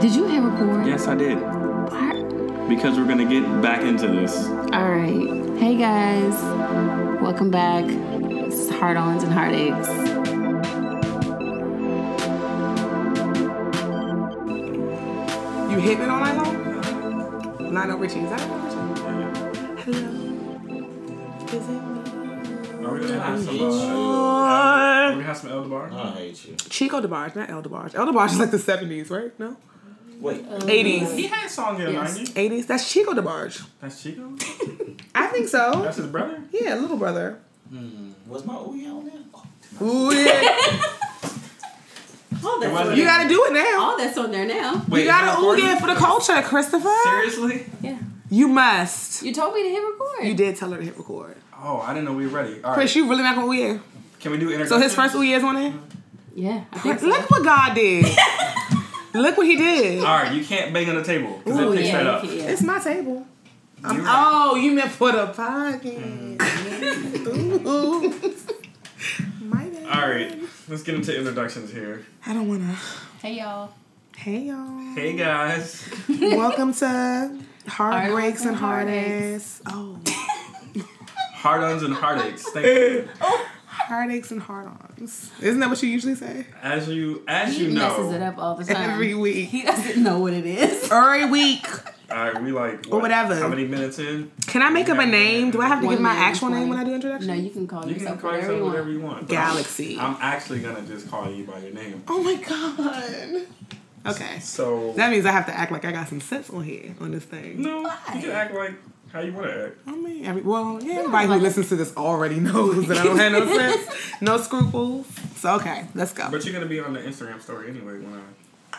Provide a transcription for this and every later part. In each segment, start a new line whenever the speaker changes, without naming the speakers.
Did you hit record?
Yes, I did.
What?
Because we're gonna get back into this.
All right. Hey guys, welcome back. This is Hard Ons and Heartaches.
You hitting it all night long? Lionel Richie, is that Lionel Richie? Hello. Is it
Are we gonna have some?
me?
we have some elderbar?
I hate you.
Chico DeBarge, not El DeBarge. El DeBarge is like the 70s, right? No?
Wait,
80s.
He had a song in the
Yes.
90s.
80s? That's Chico DeBarge.
That's Chico.
I think so.
That's his brother.
Yeah, little brother.
was my ooh yeah on there? Oh,
Ooh, yeah.
All
It
that's,
wasn't-
you gotta do it now.
all that's on there now.
Wait,
you gotta ooh
recording?
yeah for the culture, Christopher.
Seriously?
Yeah.
You must.
You told me to hit record.
You did tell her to hit record.
Oh, I didn't know we were ready. All right.
Chris, you really not gonna ooh yeah.
Can we do
So
introduction?
his first ooh yeah is on there?
Yeah. I think so.
Look what God did. Look what he did.
All right, you can't bang on the table because
Ooh,
it picks
yeah,
that up.
you can- yeah.
It's my table. I'm-
You're right.
oh, you meant for the podcast. Ooh. My bad.
All right, let's get into introductions here.
I don't wanna.
Hey y'all.
Hey y'all.
Hey guys,
Welcome to Heartbreaks and
and
Heartaches. Oh,
hard ons and heartaches. Thank you.
heartaches and heart ons. Isn't that what you usually say
As you as
He
you
messes it
know,
up all the time.
every week?
He doesn't know what it is.
Every week.
all right, we like
Or whatever.
How many minutes in?
Can I make up a name? Do I have to
One
give my
minute and
actual name when I do introduction?
No, you can call
You can
yourself
call
whatever
yourself
you want.
whatever you want. but I'm-
Galaxy.
I'm actually gonna just call you by your name.
oh my god. Okay.
So
That means I have to act like I got some sense on here on this thing.
no, you can act like how you want to act.
I mean, every, well, yeah, everybody who
like-
listens to this already knows that I don't have no sense, no scruples. So okay, let's go.
But you're gonna be on the Instagram story anyway. When I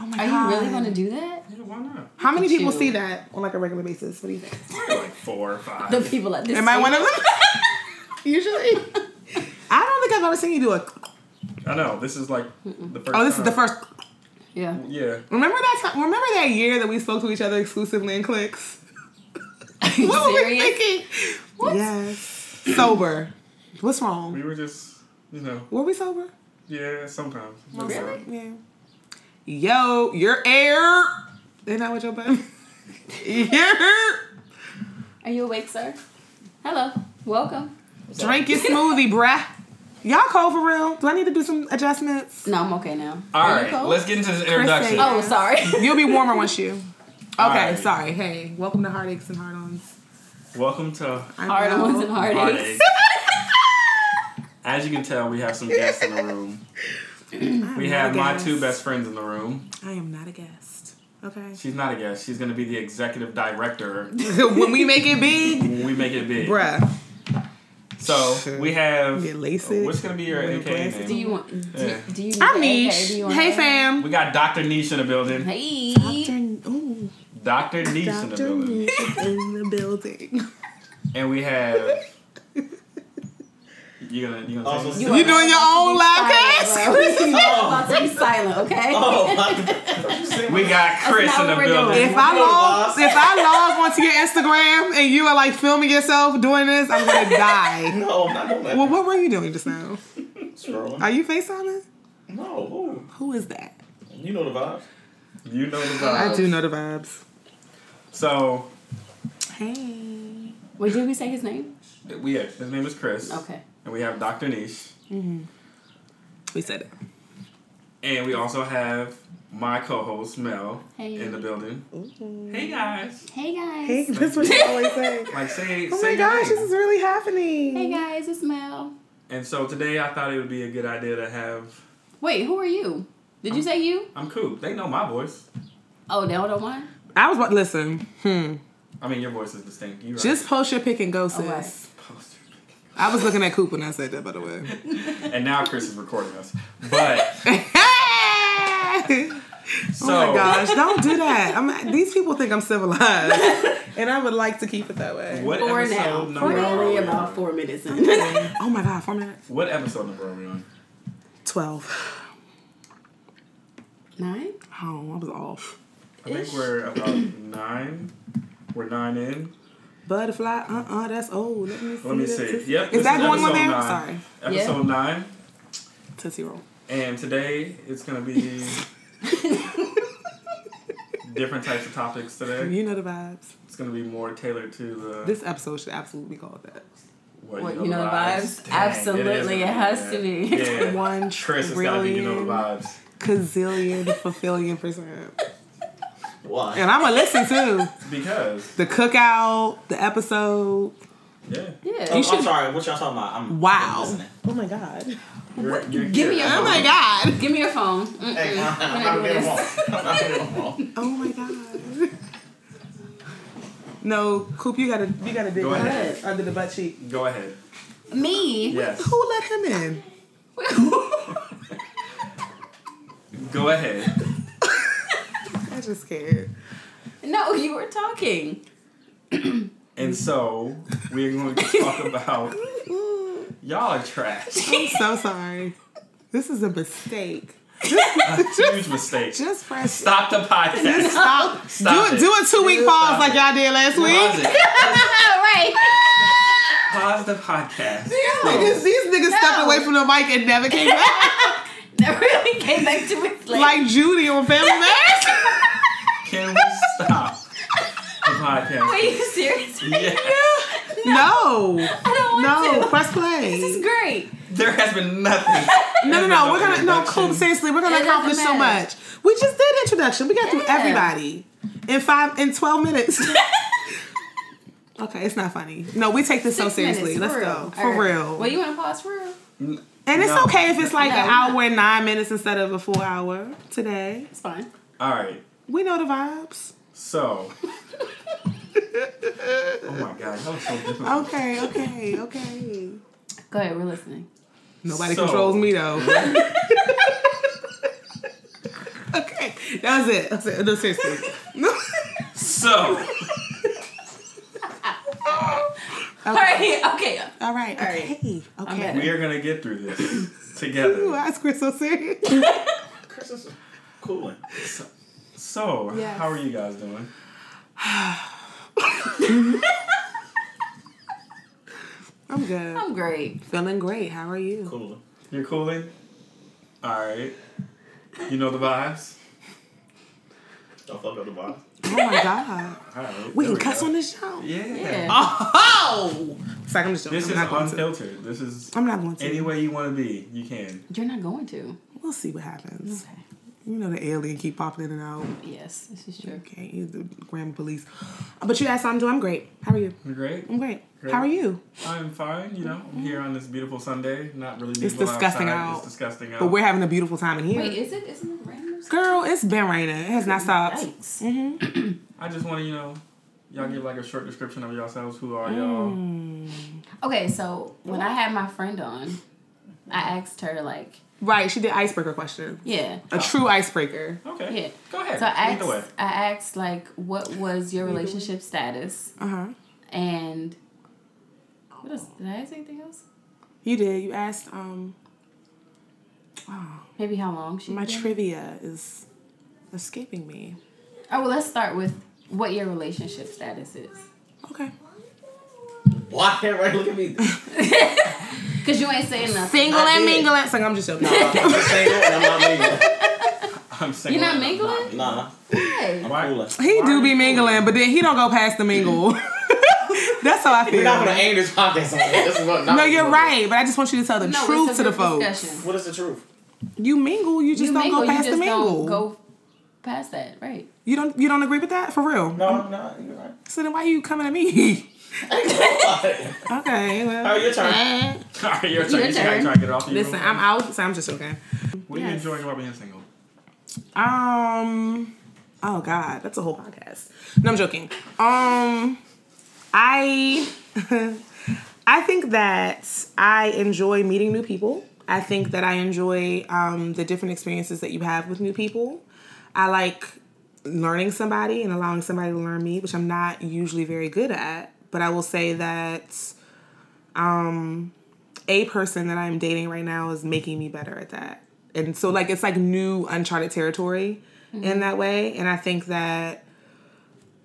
oh my
Are you really gonna do that?
yeah, why not?
How many
Look at
people
you.
see that on like a regular basis? What do you think?
Probably like four or five.
The people at this.
Am I
table-
one of them? Usually, I don't think I've ever seen you do a.
I know this is like the first.
Oh, this is the
time.
first.
Yeah.
Yeah.
Remember that time? Remember that year that we spoke to each other exclusively in clicks? What were we
Serious?
thinking?
What?
Yes. Sober. What's wrong?
We were just, you know,
Were we sober?
yeah, sometimes. But, uh,
Really?
Yeah. Yo, your air. Isn't that what your butt? Your
Are you awake, sir? Hello. Welcome.
drink your smoothie, bruh. Y'all cold for real? Do I need to do some adjustments?
No, I'm okay now.
All
Are you
right,
cold?
let's get into this introduction.
said-
Oh, sorry.
You'll be warmer once you. Okay,
Alright.
sorry. Hey, welcome to Heartaches and Hard Ons.
Welcome to
I'm
Hard
Mel.
ons and heartaches.
Heartache. As you can tell, we have some guests in the room.
I am
We
not
have
a
my
guest.
two best friends in the room.
I am not a guest. Okay.
She's not a guest. She's gonna be the executive director
when we make it big,
when we make it big.
bruh.
So we have.
Get LASIK.
What's gonna be your
Wear
AKA
glasses.
Do
name?
you want? Do,
Yeah.
do you? Need
I'm
an egg, or
Niche.
do you want
Hey,
an
fam.
We got Dr. Niche in the building.
egg? Hey.
Dr. Ooh,
Dr. Niche in the
Dr.
building.
Niche is in the building.
And we have. You gonna you gonna
Also
say
You
You doing your own live
cast?
cast?
about to be silent, okay?
oh, my-
it? we got Chris
not
in the
what we're doing.
building.
If I
Hey,
log
boss.
if I log onto your Instagram and you are like filming yourself doing this, I'm gonna die.
no, I'm not doing that.
Well, what were you doing just now?
Scrolling.
Are you FaceTiming?
no, ooh.
Who is that?
you know the vibes.
You know the
I
vibe.
do know the vibes.
So
Hey.
Wait, did we say his name?
we yeah, his name is Chris.
Okay.
And we have Dr. Niche.
We said it.
And we also have my co-host Mel
Hey.
in the building. Hey guys.
Hey guys.
Hey, that's what you always say.
Like say
Oh
say
my
your
gosh,
name.
this is really happening.
Hey, guys, it's Mel.
And so today I thought it would be a good idea to have
Wait, who are you? Did you say you?
I'm cool. They know my voice.
Oh, they don't mind.
I was about listen. Hmm.
I mean your voice is distinct. You right.
Just post your pick and go, sis.
Alright.
Poster.
I was looking at Coop when I said that, by the way.
And now Chris is recording us. But
Hey!
so
Oh my gosh, don't do that. I'm, these people think I'm civilized, and I would like to keep it that way.
What
Four
episode
now.
number
We're
are
only
we
about
on?
four minutes in.
Oh my god, four minutes.
What episode number are we on?
12.
Nine?
Oh, I was off.
I think
Ish.
we're about nine. We're nine in.
Butterfly, uh uh that's old. Let me see.
Let me
that
see.
tus-
Yep.
Is
this
that going on
episode
there?
Nine.
Sorry.
Episode
Yeah.
nine.
Tootsie Roll.
And today it's gonna be different types of topics today.
You know the vibes.
It's gonna be more tailored to the
This episode should absolutely be called that.
what,
What, you know the
Dang, is
vibes? Absolutely, it
gonna be
has
that.
to be.
Yeah.
One
Tris, it's gotta be you know the
trillion,
vibes.
gazillion, fulfilling percent.
Why?
And I'm gonna listen to
Because
the cookout, the episode.
yeah,
Yeah.
Oh,
You should-
I'm sorry. What y'all talking about? I'm
Wow.
listening.
Oh my god.
you're, you're
Give me
here.
your
Oh my god.
Give me your phone. Mm.
Hey, I'm not gonna get them off. I'm not gonna get them off.
Oh my god. No, Coop, you gotta you gotta dig
Go
under-
ahead.
under the butt cheek.
Go ahead.
Me?
Yes.
Who let him in?
Go ahead.
I just scared.
no, you were talking.
Mm-hmm.
And so we're going to talk about y'all are trash.
I'm so sorry. This is a mistake.
Huge mistake.
Just press
Stop the podcast.
stop.
Stop
do
it.
do a two week pause
Stop
like
it.
y'all did last
Pause
week.
it.
Oh, right.
Pause the podcast.
Niggas- these niggas stepped
No.
away from the mic and never came back.
that really came back to me.
like Judy on Family Man.
Can we stop the podcast?
are you serious? right
Yeah.
now?
No.
I don't want
No,
to.
press
This
play.
is great.
There has been nothing.
No, no,
There's
no.
been
We're gonna no,
introduction.
Coop. Seriously, we're gonna
It doesn't
accomplish so
matter.
much. We just did introduction. We got through
Yeah.
everybody in five in twelve minutes. okay, it's not funny. No, we take this so
Six
seriously. Let's
minutes, for
go
real.
for
All right.
real.
Well, you want to pause for real?
and it's
No.
okay if it's like
No,
an
no.
hour and nine minutes instead of a full hour today.
It's fine.
All right.
We know the vibes.
So. oh my god, that was so difficult.
Okay, okay, okay.
Go ahead. We're listening.
Nobody
So-
controls me though. okay, that was it. That's it. No, seriously.
So.
All right. Okay.
All right.
right.
Okay.
I'm
Okay.
better.
We are gonna get through this
Ooh,
together.
I square so serious.
Chris is cooling.
So,
Yes.
how are you guys doing?
I'm good.
I'm great.
Feeling great. How are you?
Cooling.
You're cooling? Alright. You know the vibes?
Don't fuck up the box.
Oh my god.
Alright.
We
there
can cuss
go.
on this show.
Yeah.
Yeah.
Oh! It's like I'm just joking.
This
I'm
is
not going to.
unfiltered. This is
I'm not going to.
any way you want to be, you can.
You're not going to.
We'll see what happens.
Okay.
You know the alien keep popping in and out.
Yes, this is true.
Okay, he's the grammar police. But you asked how I'm doing. I'm great. How are you?
You're great.
I'm great.
Great.
How are you?
I'm fine. You know, I'm here on this beautiful Sunday. Not really.
It's
beautiful
disgusting
outside.
out.
It's disgusting out.
But we're having a beautiful time in here.
Wait, is it? Isn't it random?
Girl, it's been raining. It has not stopped.
Yikes.
I just want to, you know, y'all give like a short description of yourselves. Who are y'all?
Mm.
Okay, so when I had my friend on, I asked her like,
Right, she did icebreaker question.
yeah,
A true icebreaker.
Okay.
yeah.
Go ahead.
So I asked,
Either way.
I asked like, what was your relationship status,
Uh huh.
and what else? Did I ask anything else?
You did. You asked um
Maybe how long she?
My
been?
trivia is escaping me.
Oh well, let's start with what your relationship status is,
Okay.
Why everybody look at me?
because you ain't saying nothing.
Single
I
and
did.
mingle. and- Like, I'm just joking.
I'm single and I'm not mingling.
I'm single.
You're not mingling.
Nah,
Hey.
Why?
cooling.
He
Why
do
are
be
you
mingling, but then he don't go past the mingle. That's how I
We're
feel.
not gonna aim this podcast on that. This is what, not
No,
what
you're
we're
right, but I just want you to tell the
No,
truth
it's
to
a
the
group
folks.
doing.
Discussion.
What is the truth?
You mingle, you just
You
don't
mingle,
go
you
past
just
the mingle.
don't go past that, right?
You don't you don't agree with that? For real?
No, I'm not. You're right.
So then why you coming at me? okay,
All
well.
right, Oh, your turn.
All right, your turn. You
Your
gotta
turn.
try to get it off. of you
Listen,
real
I'm
quick.
out, so I'm just joking.
What are you
Yes.
enjoying about being single?
Um. Oh God, that's a whole podcast. No, I'm joking. Um, I, I think that I enjoy meeting new people. I think that I enjoy um, the different experiences that you have with new people. I like learning somebody and allowing somebody to learn me, which I'm not usually very good at. But I will say that um, a person that I'm dating right now is making me better at that. And so like it's like new uncharted territory in that way. And I think that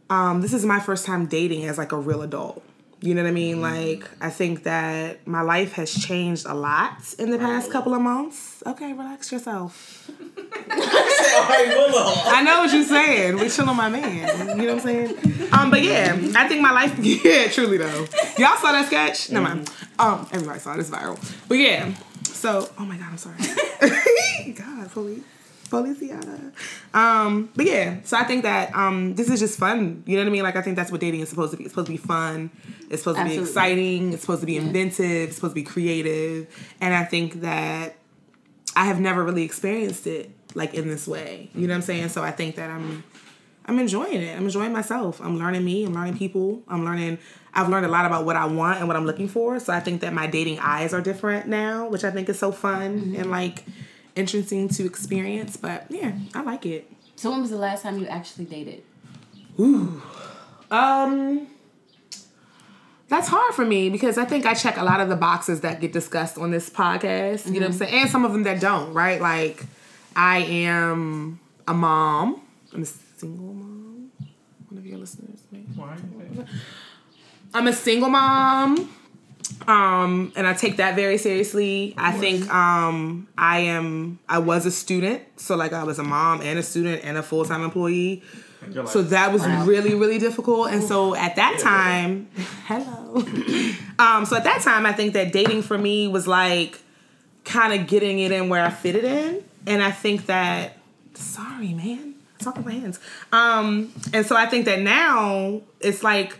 um this is my first time dating as like a real adult. You know what I mean? Like, I think that my life has changed a lot in the past couple of months. Okay, relax yourself.
Hmm.
I know what you're saying. We chilling my man. You know what I'm saying? Um, but yeah, I think my life. Yeah, truly though. Y'all saw that sketch? Never mind. Um, everybody saw it. It's viral. But yeah. So, oh my god, I'm sorry. god, police, policiana. Um, but yeah. So I think that um, this is just fun. You know what I mean? Like I think that's what dating is supposed to be. It's supposed to be fun. It's supposed to be
Absolutely.
exciting. It's supposed to be inventive. It's supposed to be creative. And I think that I have never really experienced it like in this way. You know what I'm saying? So I think that I'm I'm enjoying it. I'm enjoying myself. I'm learning me. I'm learning people. I'm learning I've learned a lot about what I want and what I'm looking for. So I think that my dating eyes are different now, which I think is so fun and like interesting to experience. But yeah, I like it.
So when was the last time you actually dated?
Um that's hard for me because I think I check a lot of the boxes that get discussed on this podcast. You know what I'm saying? And some of them that don't, right? Like I am a mom. I'm a single mom. One of your listeners, maybe.
Why?
I'm a single mom. Um, and I take that very seriously. I think um I am I was a student, so like I was a mom and a student and a full time employee.
You're like,
So that was really, really difficult. And so at that time, hello. um, so at that time, I think that dating for me was like kind of getting it in where I fit it in. And I think that, sorry, man, talk with my hands. Um, and so I think that now it's like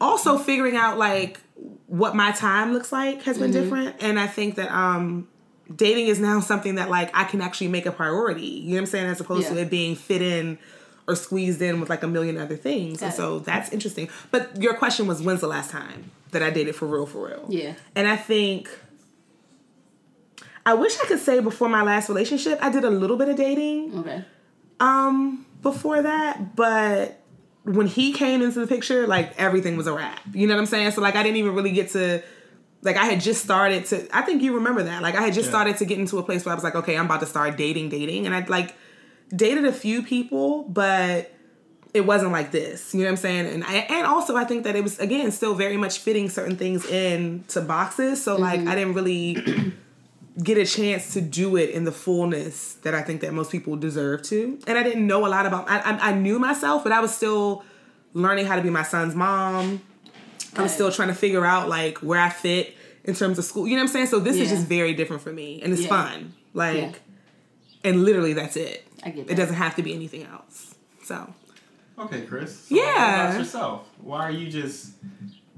also figuring out like what my time looks like has been different. And I think that, um, dating is now something that like I can actually make a priority. You know what I'm saying? As opposed to
Yeah.
it being fit in or squeezed in with like a million other things. and
Got it.
so that's interesting. But your question was when's the last time that I dated for real for real?
Yeah.
And I think I wish I could say before my last relationship, I did a little bit of dating
Okay.
um before that, but when he came into the picture, like everything was a wrap. You know what I'm saying? So like I didn't even really get to like I had just started to I think you remember that. Like I had just started to get into a place where I was like, okay, I'm about to start dating, dating. And I like dated a few people, but it wasn't like this. You know what I'm saying? And I, and also I think that it was again still very much fitting certain things in to boxes. So like
Mm-hmm.
I didn't really get a chance to do it in the fullness that I think that most people deserve to. And I didn't know a lot about I I, I knew myself, but I was still learning how to be my son's mom. I'm
Right.
still trying to figure out like where I fit in terms of school. You know what I'm saying? So this is
Yeah.
just very different for me, and it's
Yeah.
fun. Like,
Yeah.
and literally that's it.
I get
It
that.
doesn't have to be anything else. So
okay, Chris. So
Yeah.
What about yourself? Why are you just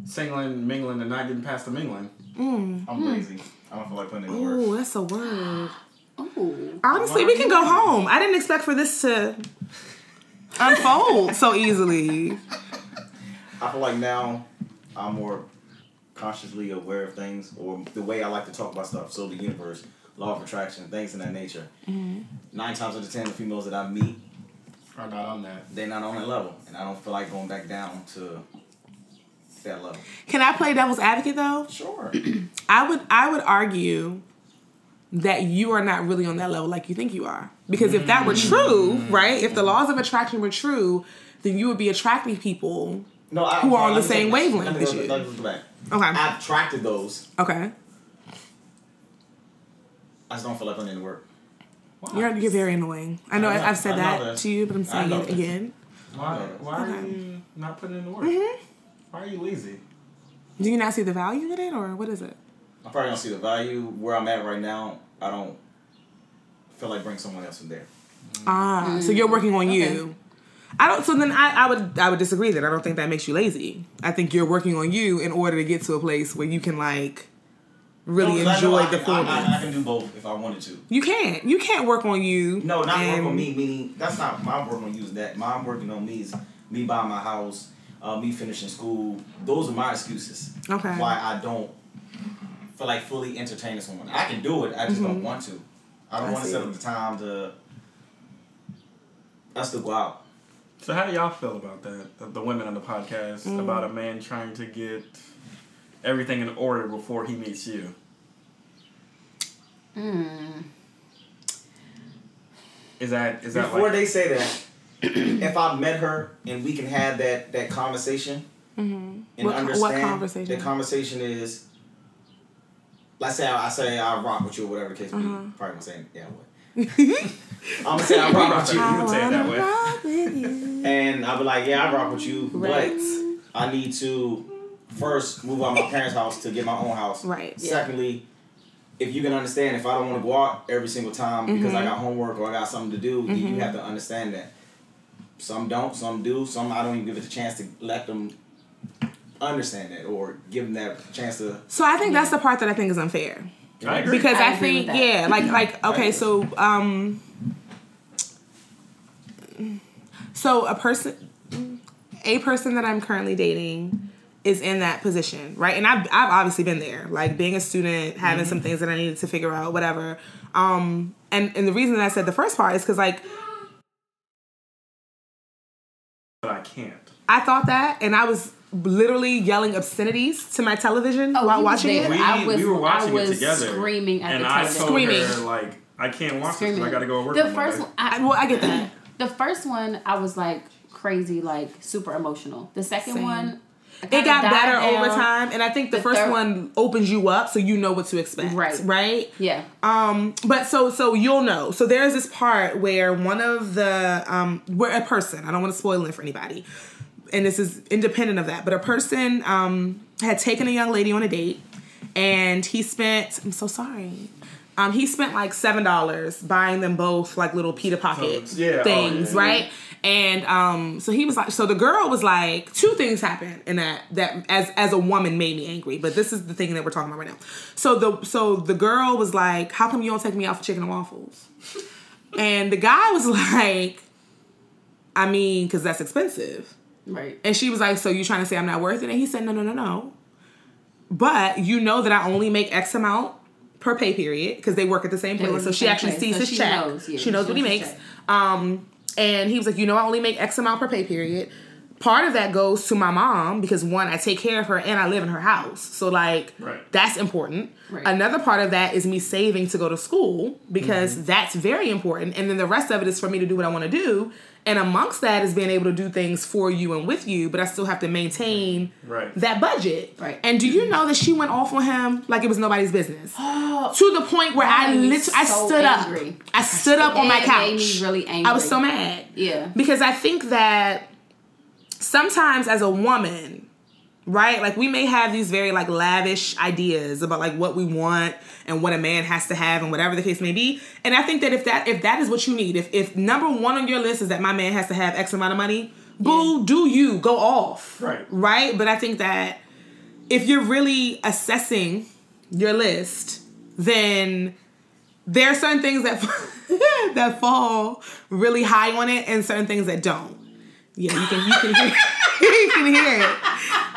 singling, mingling, and not getting past the mingling?
I'm lazy. I don't feel like putting in the work.
oh, that's a word.
Oh.
Honestly, we can go home. I didn't expect for this to unfold so easily.
I feel like now I'm more consciously aware of things or the way I like to talk about stuff. So the universe, law of attraction, things in that nature.
Mm-hmm.
Nine times out of ten, the females that I meet,
Are not on that.
they're not on that level, and I don't feel like going back down to that level.
Can I play devil's advocate though?
Sure.
I would I would argue that you are not really on that level like you think you are. Because if that were
Mm.
true, right? If the laws of attraction were true, then you would be attracting people.
No, I,
Who are on
let
the
me
same
take- let me
wavelength
go-
as you.
let me go back.
Okay.
I attracted those.
Okay.
I just don't feel like putting in the work.
You're you're very annoying. I know
I
I
know-
have said
I know
that
that.
to you, but I'm
I
saying
know
it
that.
again.
Why? Why are you not putting in the work?
Mm-hmm.
Why are you lazy?
Do you not see the value in it, or what is it?
I probably don't see the value where I'm at right now. I don't feel like bring someone else in there.
Ah, so you're working on you. I don't. So then I, I would I would disagree that I don't think that makes you lazy. I think you're working on you in order to get to a place where you can like really
No, 'cause I know
enjoy
I
the
can- I-
fullness.
I, I can do both if I wanted to.
You can't. You can't work on you.
No, not
and-
work on me. Meaning that's not my work on you. Is that my working on me is me buying my house, uh, me finishing school. Those are my excuses.
Okay.
Why I don't feel like fully entertaining someone. I can do it. I just don't want to. I
Mm-hmm.
don't
I
want to set
see.
up the time to. Us to go out.
So how do y'all feel about that? The, the women on the podcast
Mm.
about a man trying to get everything in order before he meets you.
Hmm.
Is that is that
Before
like
they say that, if I met her and we can have that that conversation, and
Mm-hmm. What- what
understand
conversation?
the conversation is let's say I, I say I rock with you or whatever the case may
Uh-huh.
be. Probably gonna say it that way. I'm gonna say I rock with
You
you.
would say it that way.
Um,
And I'll be like, yeah, I rock with you, but I need to first move out my parents' house to get my own house.
Right. Yeah.
Secondly, if you can understand, if I don't want to go out every single time because
Mm-hmm.
I got homework or I got something to do, then you have to understand that. Some don't, some do, some I don't even give it a chance to let them understand that or give them that chance to.
So I think that's the part that I think is unfair.
I agree.
because I,
I agree
think
with that.
yeah, like like okay, so um, so a person, a person that I'm currently dating is in that position, right? And I've I've obviously been there, like being a student, having some
Mm-hmm.
things that I needed to figure out, whatever. Um, and and the reason that I said the first part is because like
but I can't.
I thought that, and I was literally yelling obscenities to my television
Oh,
while
he was
watching
there.
it.
We,
I was-
we were watching
I was
it together,
screaming at
and
the
I
television.
told her
Screaming.
like I can't watch this
Screaming.
'cause I got to go to work.
The
on
first
Monday.
one, I,
Well, I get that.
the first one, I was like crazy, like super emotional. The second
Same.
one, I
it
kinda
got
died
better
down.
over time and i think the,
The
first
third-
one opens you up so you know what to expect
Right.
right
Yeah,
um but so so you'll know so there's this part where one of the um where a person i don't want to spoil it for anybody and this is independent of that but a person um had taken a young lady on a date and he spent i'm so sorry um, he spent like seven dollars buying them both like little Peter Pocket
So, yeah, oh,
things,
yeah, yeah.
right? And um, so he was like, so the girl was like, two things happened, and that that as as a woman made me angry. But this is the thing that we're talking about right now. So the so the girl was like, how come you don't take me out for chicken and waffles? and the guy was like, I mean, because that's expensive.
right.
And she was like, So you trying to say I'm not worth it? And he said, No, no, no, no. But you know that I only make X amount per pay period because they work at the same
work
place.
at
So
the
she
same
actually
place.
sees
So
his
she
check.
knows, yeah,
she knows
she
what he
knows his
makes. Um, and he was like, You know, I only make X amount per pay period. Part of that goes to my mom because one, I take care of her and I live in her house. So, like,
Right.
that's important.
Right.
Another part of that is me saving to go to school because
Mm-hmm.
that's very important. And then the rest of it is for me to do what I want to do. And amongst that is being able to do things for you and with you, but I still have to maintain
Right.
that budget.
Right.
And do you know that she went off on him like it was nobody's business? to the point where I
That made me
literally I
so
stood
angry.
up. I stood up on my
It
couch.
made me really angry.
I was so mad.
Yeah.
Because I think that sometimes as a woman, right? Like we may have these very like lavish ideas about like what we want and what a man has to have and whatever the case may be. And I think that if that if that is what you need, if if number one on your list is that my man has to have X amount of money, boo, do you go off.
Right.
Right? But I think that if you're really assessing your list, then there are certain things that that fall really high on it, and certain things that don't. Yeah, you can you can hear you can hear it.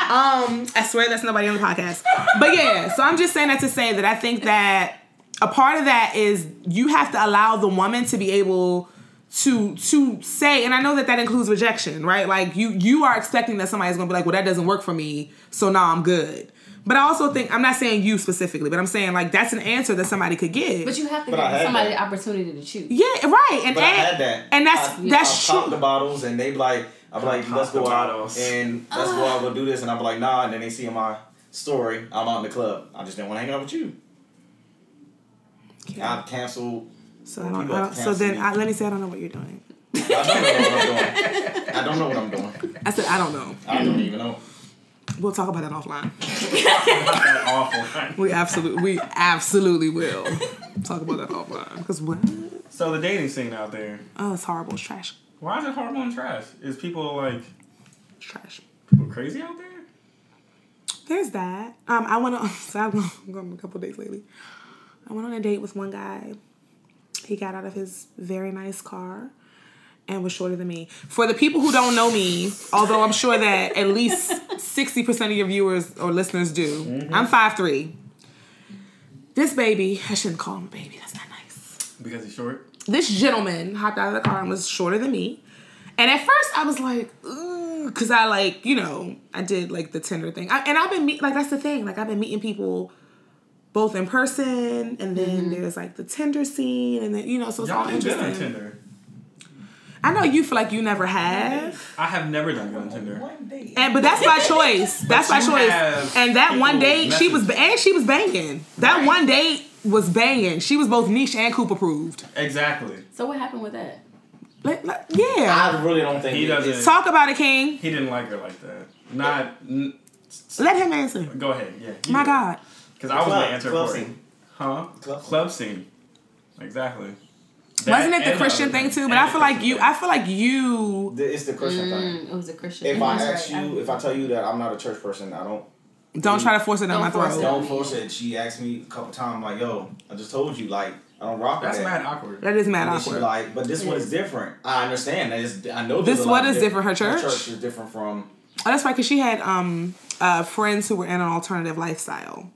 Um, I swear that's nobody on the podcast. But yeah, so I'm just saying that to say that I think that a part of that is you have to allow the woman to be able to to say and i know that that includes rejection right like you you are expecting that somebody's gonna be like well that doesn't work for me so now i'm good but i also think i'm not saying you specifically but i'm saying like that's an answer that somebody could give
But you have to
But I
give
had
somebody
that.
the opportunity to choose.
yeah right and
But I
and,
had that.
and that's
I,
that's
I pop
true
the bottles and they be like, I'm like,
Pop
let's
the
go out
bottles.
and let's go out and do this. And I'm like, nah. And then they see in my story, I'm out in the club. I just didn't want to hang out with you.
Yeah.
I've canceled.
so, I don't,
people
I don't-
have
so then
canceled
I, let me say i don't know what you're doing
I don't know what I'm doing. I don't know what I'm doing.
i said i don't know
I don't even know.
we'll talk about that offline
that awful.
we absolutely we absolutely will talk about that offline because what
So the dating scene out there,
oh it's horrible it's trash
why is it horrible and trash? Is people like
it's trash
people crazy out there?
There's that. Um, I went on. So I've gone on a couple dates lately. I went on a date with one guy. He got out of his very nice car and was shorter than me. For the people who don't know me, although I'm sure that at least 60% of your viewers or listeners do, I'm 5'3. This baby, I shouldn't call him a baby, that's not nice
Because he's short.
this gentleman hopped out of the car and was shorter than me. And at first, I was like, because I like, you know, I did like the Tinder thing. I, and I've been meet like that's the thing. Like I've been meeting people both in person, and then there's like the Tinder scene, and then you know, so it's all
Y'all ain't been
interesting.
on Tinder.
I know you feel like you never have,
I have never done good on Tinder.
One day.
and but that's by choice. That's by
you
choice.
have
And that one
people
date, she was
message.
and she was banging. That one date was banging. She was both niche and Coop approved.
Exactly.
So what happened with that?
Like, like, yeah,
I really don't think
He
it-
doesn't.
talk about it, King.
He didn't like her like that. Not. N-
Let him answer.
go ahead. Yeah. you
My
do.
God,
Because I was gonna
Club-
answer
club
for it.
scene.
Huh?
Club
Club,
scene.
scene. Exactly.
wasn't it the Christian thing too? But I feel like you. I feel like you.
The- It's the Christian thing.
Mm, it was a Christian.
If I
That's
ask
right.
you, if I tell you that I'm not a church person, I don't
Don't try to force it down
Don't
my
force
throat.
it.
don't force it. She asked me a couple times, like, "Yo, I just told you, like, I don't rock with
That's
that."
mad awkward.
That is mad
And she
awkward.
like, but this one is different. I understand. That is, I know
This
there's a
one
lot of
is different. Her
Her
church?
church is different from.
Oh, that's right, because she had um uh friends who were in an alternative lifestyle.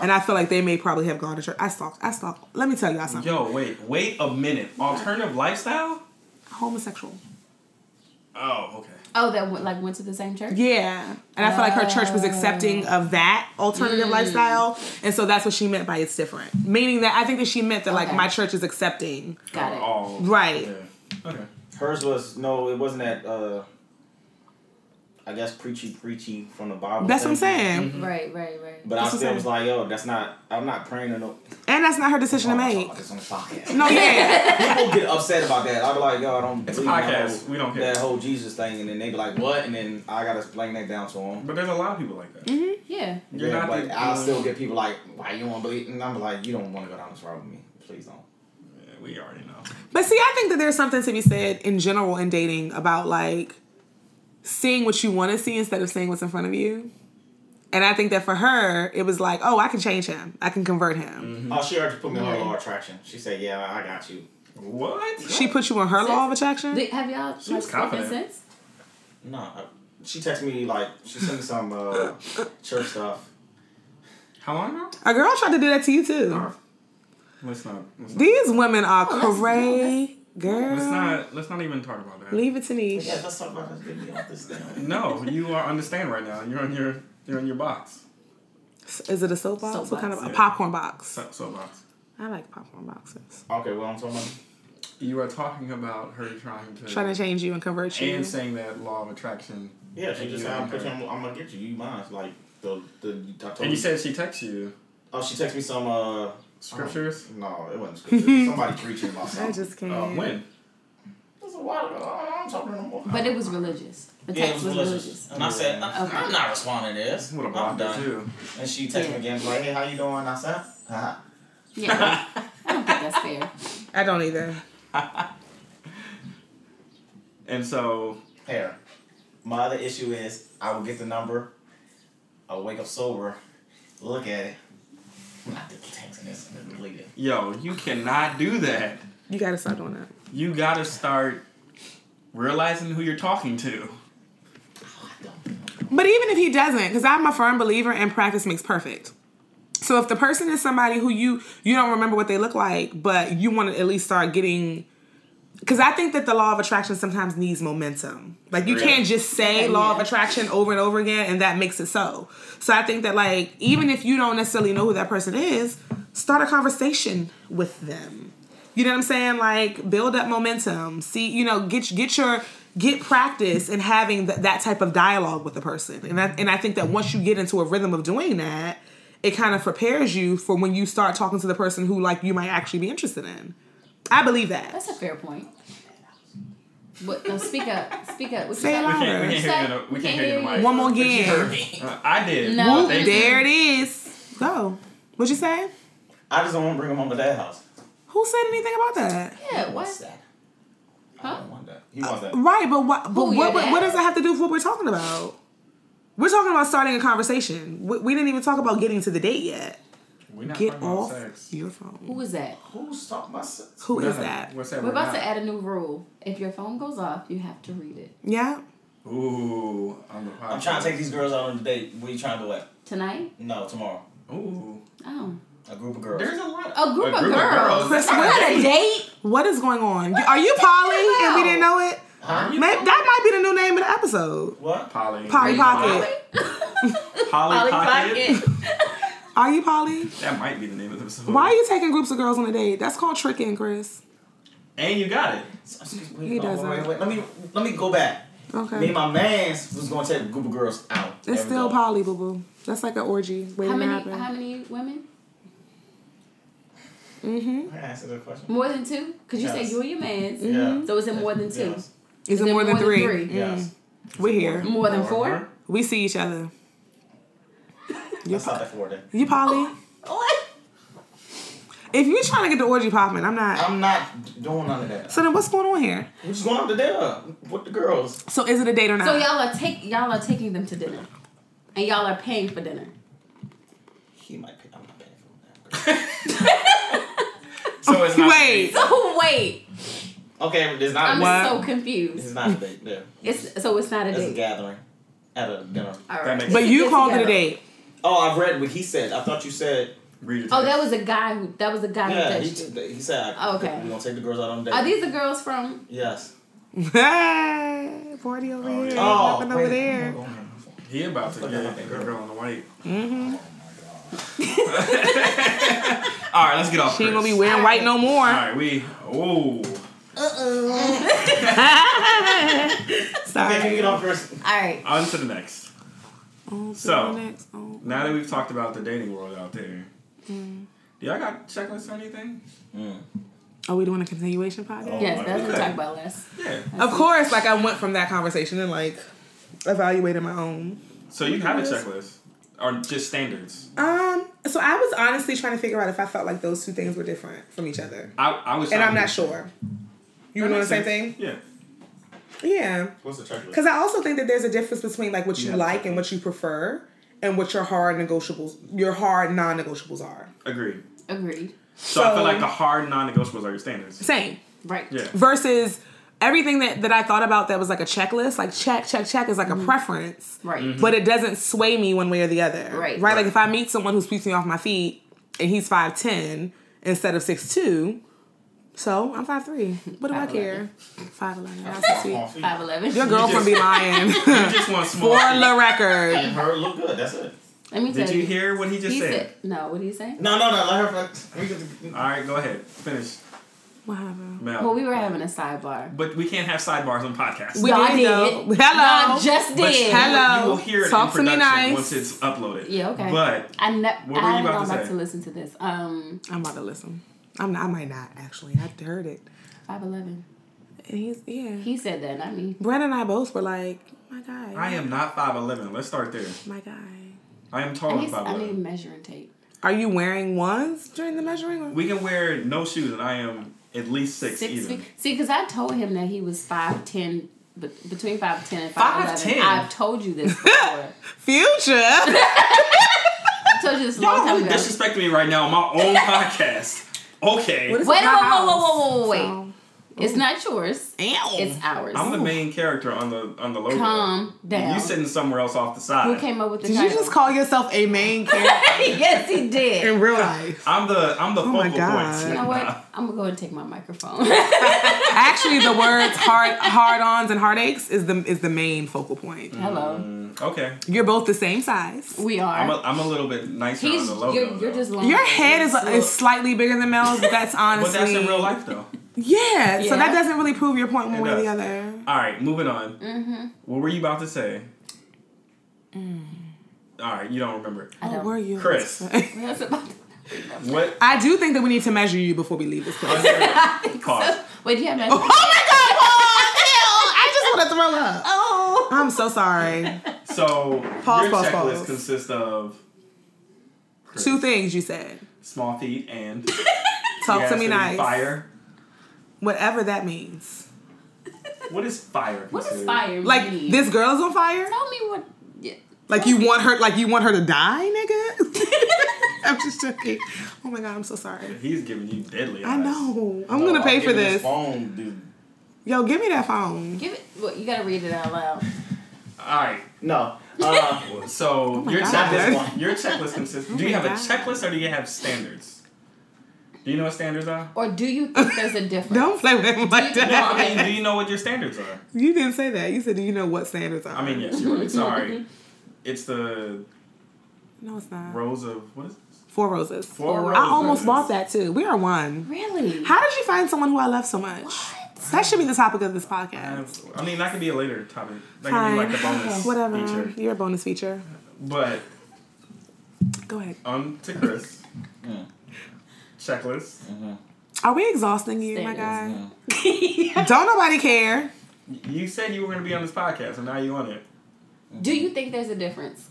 And I feel like they may probably have gone to church. I stalked. I stalked. Let me tell y'all something.
Yo, wait, wait a minute. Alternative lifestyle?
Homosexual.
Oh, okay.
oh, that w- like went to the same church.
Yeah. And I feel like her church
Oh.
was accepting of that
Mm.
alternative lifestyle. And so that's what she meant by it's different. Meaning that I think that she meant that like
Okay.
my church is accepting.
Got it.
Oh,
Right.
Yeah. Okay.
Hers was no, it wasn't that. Uh, I guess preachy, preachy from the Bible.
That's what I'm
thing.
saying.
Mm-hmm.
Right, right, right.
But
That's
I
what
still
I'm
was like, yo, that's not. I'm not praying to no.
And that's not her decision to
I'm talking
make.
about this on the podcast.
No, yeah.
People get upset about that. I'll be like, yo, I don't.
It's a
believe in that
podcast.
whole-
We don't care.
That whole Jesus thing, and then they be like, what? And then I gotta explain that down to them.
But there's a lot of people like that.
Mm-hmm.
Yeah.
You're
yeah,
not
but
the- uh,
I'll still get people like, why you want to believe? And I'm like, you don't want to go down this road with me. Please don't.
Yeah, we already know.
But see, I think that there's something to be said in general in dating about like seeing what you want to see instead of seeing what's in front of you. And I think that for her, it was like, oh, I can change him. I can convert
Mm-hmm.
him.
Oh, she already put me on her
Yeah.
law of attraction. She said, yeah, I got you.
What?
She put you on her law of attraction.
Did- have y'all like
was
spoken
confident.
since?
No, I- she texted me like she sent me some uh, church stuff.
How long ago?
A girl tried to do that to you too.
Oh. Let's not. Let's not.
These women are
Oh,
that's- no,
crazy, girl.
Let's not. Let's not even talk about that.
Leave it to Niche.
Yeah, let's talk about this. Get me off this thing.
No, you are understand right now. You're on your. You're in your box.
Is it a soapbox?
Soapbox.
What kind of a
Yeah.
popcorn box?
So, so box.
I like popcorn boxes.
Okay, well I'm talking about.
You are talking about her trying to
Trying to change you and convert you.
and saying that law of attraction.
Yeah, she
And
just
you
said I'm,
and her.
putting- I'm, gonna get you. You mine. Like the the I told
And you said she texts you
oh she texted me some uh
scriptures.
no it wasn't scripture. Somebody preaching about
I
something.
just can't.
Uh, when?
It was a while ago. I don't- I don't talk to her no more.
But it was religious. The
Yeah, it was
text was
religious.
religious.
And I said, I-
Okay.
I'm not responding to this.
What a
I'm
block
done.
too.
And she texted me
Yeah.
again, like, hey, how you doing? I said, haha.
Yeah. I don't think that's fair.
I don't either.
And so
Here. My other issue is I will get the number, I'll wake up sober, look at it. I'm not texting this and then delete it.
yo, you cannot do that.
You gotta stop doing that.
You gotta start realizing who you're talking to.
But even if he doesn't, because I'm a firm believer in practice makes perfect. So if the person is somebody who you you don't remember what they look like, but you want to at least start getting, because I think that the law of attraction sometimes needs momentum. Like you
Yeah.
can't just say
Okay,
law of
yeah.
attraction over and over again, and that makes it so. So I think that like even if you don't necessarily know who that person is, start a conversation with them. You know what I'm saying? Like build up momentum. See, you know, get get your get practice in having th- that type of dialogue with the person. And I, and I think that once you get into a rhythm of doing that, it kind of prepares you for when you start talking to the person who like you might actually be interested in. I believe that.
That's a fair point. But no, speak up. Speak up. What you
Say
got?
it louder.
We can't, we can't hear you. in the- We can't hear you. in the mic.
One more again.
Uh, I did.
No.
Well,
Ooh,
thank you.
There it is. Go. What'd you say?
I just don't want to bring him home to that house.
Who said anything about that?
Yeah,
What's
what?
that? I
Huh?
don't want that. He wants that.
Right, but what? But
Who
what,
you
what? what
at?
does that have to do with what we're talking about? We're talking about starting a conversation. We, we didn't even talk about getting to the date yet.
We're not
Get
talking about
off
sex.
your phone.
Who is that?
Who's talking about sex?
Who is
No, no,
that?
What's that?
We're
We're
about to
not-
add a new rule. If your phone goes off, you have to read it.
Yeah.
Ooh, on the podcast.
I'm trying to take these girls out on a date. What are you trying to do at?
Tonight?
No, tomorrow.
Ooh,
Oh.
A group of girls.
there's a lot.
A group, of, girls.
Chris,
Not
what-
a date?
What is going on? Are you Polly? And we didn't know it.
Huh?
May- that might be the new name of the episode.
What?
Polly.
Polly Pocket.
Polly,
Polly
Pocket.
Pocket.
Are you Polly?
That might be the name of the episode.
Why are you taking groups of girls on a date? That's called tricking, Chris.
and you got it.
He doesn't.
Wait, wait, let me let me go back.
Okay.
Me and my man's was gonna take a group of girls out.
It's
There we
still
go.
poly, boo boo. That's like an orgy waiting
How many?
to happen.
How many women?
Can I answer the question.
More than two? Because you
Yes.
said you and your man's.
Yeah.
So is it more than two?
Yes.
Is it
Is
more than three?
Yes.
We're here.
More than four?
Four.
We see each other.
You stop that for then.
You poly?
What?
If you're trying to get the orgy popping, I'm not.
I'm not doing none of that.
So then what's going on here?
We're just going out to dinner with the girls.
So is it a date or not?
So y'all are take y'all are taking them to dinner, and y'all are paying for dinner.
He might pay. I'm not paying for that.
So it's not
Wait.
Oh wait,
okay, there's not.
I'm
A,
What?
so
this is
confused.
not a date. There.
It's so it's not a
It's a
date.
gathering at a dinner.
All right.
That makes
But
sense.
you
Get
called it a
together.
date.
Oh, I've read what he said. I thought you said.
Read it.
Oh, that was a guy who that was a guy
Yeah,
who
he,
touched you.
he said. I-
Okay.
We're gonna take the girls out on a date.
Are these the girls from?
yes.
Hey, party over here.
Oh,
nothing
wait.
over there.
He about to get the girl on the white. Mm-hmm. All right, let's get off.
She ain't gonna be
Chris.
wearing white no more.
All right, we. Oh,
Okay, can you
Sorry.
get off first?
All right.
on to the next.
Oh,
So-
the next- oh.
Now that we've talked about the dating world out there,
Mm.
do y'all got checklists or anything?
Are we doing a continuation
Oh.
podcast?
Yes, that's what we
okay.
talked about last.
Yeah.
Of course, like I went from that conversation and like evaluated my own.
So you have a checklist or just standards?
Um, so I was honestly trying to figure out if I felt like those two things were different from each other.
I I was.
And
trying
I'm
to-
not sure. You
That
were doing the
makes
same thing?
sense. Yeah.
Yeah.
What's the checklist?
Because I also think that there's a difference between like what you
Yeah.
like and what you prefer and what your hard negotiables your hard non negotiables are.
Agreed.
Agreed.
So, I
So-
feel like the hard non-negotiables are your standards.
Same.
Right.
Yeah.
Versus everything that, that I thought about that was like a checklist, like check, check, check is like a preference.
Right.
Mm-hmm.
But it doesn't sway me one way or the other.
Right.
Right?
Right.
Like if I meet someone who sweeps me off my feet and he's five ten instead of six two, so I'm five three. What do I care? Five eleven. That's so sweet.
Five eleven.
Your girlfriend be lying.
You just want small.
For
feet.
the record.
Her look good. That's it.
Let me tell
Did you hear what he just
He
said?
said no. What did he say?
No, no, no. Let her. Let me get the-
All right, go ahead. Finish,
What happened?
Mel.
Well, we were having a sidebar.
but we can't have sidebars on podcasts.
We
Y'all
did, though.
did.
Hello.
Y'all just
But
did.
you will-
Hello.
You will hear it
Talk
in
to me
production
nice.
once it's uploaded.
Yeah. Okay.
But
I never.
What were you
I
about
am
to
about
say?
to listen to this. Um,
I'm about to listen. I'm not, I might not actually. I heard it.
five eleven.
And he's yeah.
He said that, not me.
Brandon and I both were like, my guy.
I am not five eleven. Let's start there.
my guy.
I am
I
taller than
need,
five
I need
eleven.
measuring tape.
Are you wearing ones during the measuring?
We can wear no shoes, and I am at least six,
Six
even.
feet. See, because I told him that he was five ten, but between five ten and five eleven.
5'10"?
I've told you this before. I
Future.
told you this a long
Y'all
time
really
ago.
disrespecting me right now on my own podcast. Okay,
What is-
wait, wait, wait,
My
whoa, whoa,
house.
whoa, whoa, wait!
So-
It's not yours.
Ow.
It's ours.
I'm the main character on the on the logo.
Calm down.
You sitting somewhere else off the side.
Who came up with the
Did
title?
you just call yourself a main character
yes, he did.
in real life?
I'm the I'm the focal
Oh my
point.
God.
You know what? I'm gonna go and take my microphone.
Actually, the words hard hard-ons and heartaches is the is the main focal point.
Hello,
Okay,
You're both the same size.
we are.
I'm a, I'm a little bit nicer
He's
on the logo.
you're, you're
though.
just long.
Your head is, is slightly bigger than Mel's, but that's honestly
But that's in real life though.
Yeah, so that
Yeah.
doesn't really prove your point one
It
way or the
does.
other.
All right, moving on. Mm-hmm. What were you about to say?
Mm.
All right, you don't remember.
I
What
don't-
were you?
Chris.
That's about
What?
I do think that we need to measure you before we leave this place.
Pause.
Wait, do you have that?
Oh my god, Paul! I just want to throw up.
Oh.
I'm so sorry.
So
Pause,
your
pause,
checklist
pause.
consists of Chris,
Two things you said.
small feet and
Talk
yes,
to me
and
nice.
Fire.
Whatever that means.
What is fire?
What does
considered?
fire
Like
mean?
this girl is on fire.
Tell me what. Yeah.
Like you want her. Like you want her to die, nigga. I'm just joking. Oh my god, I'm so sorry.
He's giving you deadly.
I
eyes.
know. I'm
No,
gonna pay for
giving
this.
Phone, dude.
Yo, give me that phone.
Give it. Well, you gotta read it out loud.
All right.
No. Uh,
So your
Oh God. Oh
This
checklist.
one.
Your checklist consists. do you
my
have a
God.
checklist or do you have standards? Do you know what standards are?
Or do you think there's a difference?
Don't play with him like
No,
No,
that.
I mean, do you know what your standards are?
You didn't say that. You said, "Do you know what standards are?"
I mean, yes, you're right. Sorry. It's the
no, it's not.
rows of what is it?
Four Roses.
Four
I
Roses.
almost bought that too. We are one.
Really?
How did you find someone who I love so much? That should be the topic of this podcast.
I mean, that could be a later topic. That could be like the
Fine.
bonus
Whatever.
feature.
You're a bonus feature.
But
Go ahead.
on to Chris. Checklist.
Mm-hmm.
Are we exhausting you, my
Standards.
guy?
do
Don't nobody care.
You said you were going to be on this podcast, and now you on it.
you think there's a difference?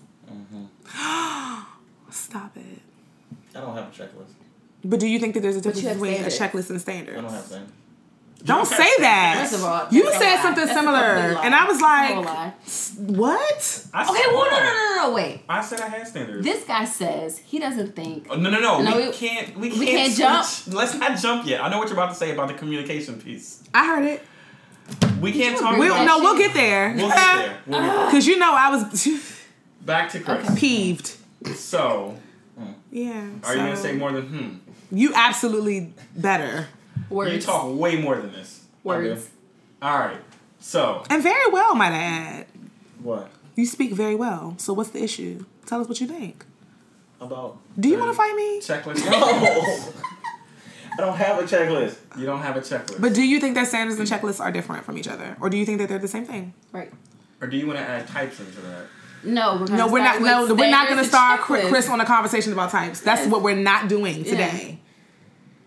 Stop it.
I don't have a checklist.
But do you think that there's a difference
you have
between a
standards.
checklist and
I don't
standards?
have that.
Don't say that.
First of all,
you
that's a
said
lie.
something
That's a
similar,
complete lie.
and I was
That's a whole
like,
lie.
"What?
I
Okay,
said-
well, no, no, no, no, no, wait.
I said I had standards.
This guy says he doesn't think.
Oh, no, no, no.
No,
we,
we-
can't. We can't,
we can't jump.
switch. Let's not jump yet. I know what you're about to say about the communication piece.
I heard it.
We can't
you
talk
agree
about
We'll,
with
no.
that?
no, we'll get there.
We'll get there.
Uh,
We'll get there.
Cause you know I was
Back to Chris.
peeved.
So,
Yeah.
are you going to say more than hmm?
You absolutely better
Words.
You talk way more than this.
Words.
All right. So,
and very well, might I add.
What?
You speak very well. So what's the issue? Tell us what you think.
About.
Do you want to fight me?
checklist.
No! Oh. I don't have a checklist.
You don't have a checklist.
But do you think that standards and checklists are different from each other, or do you think that they're the same thing?
Right.
or do you want to add types into that?
No, we're gonna
No, we're not.
start
No,
with
we're not going to
standards
start
and
Chris,
checklists.
Chris on a conversation about types. That's
Yes.
what we're not doing
Yeah.
today.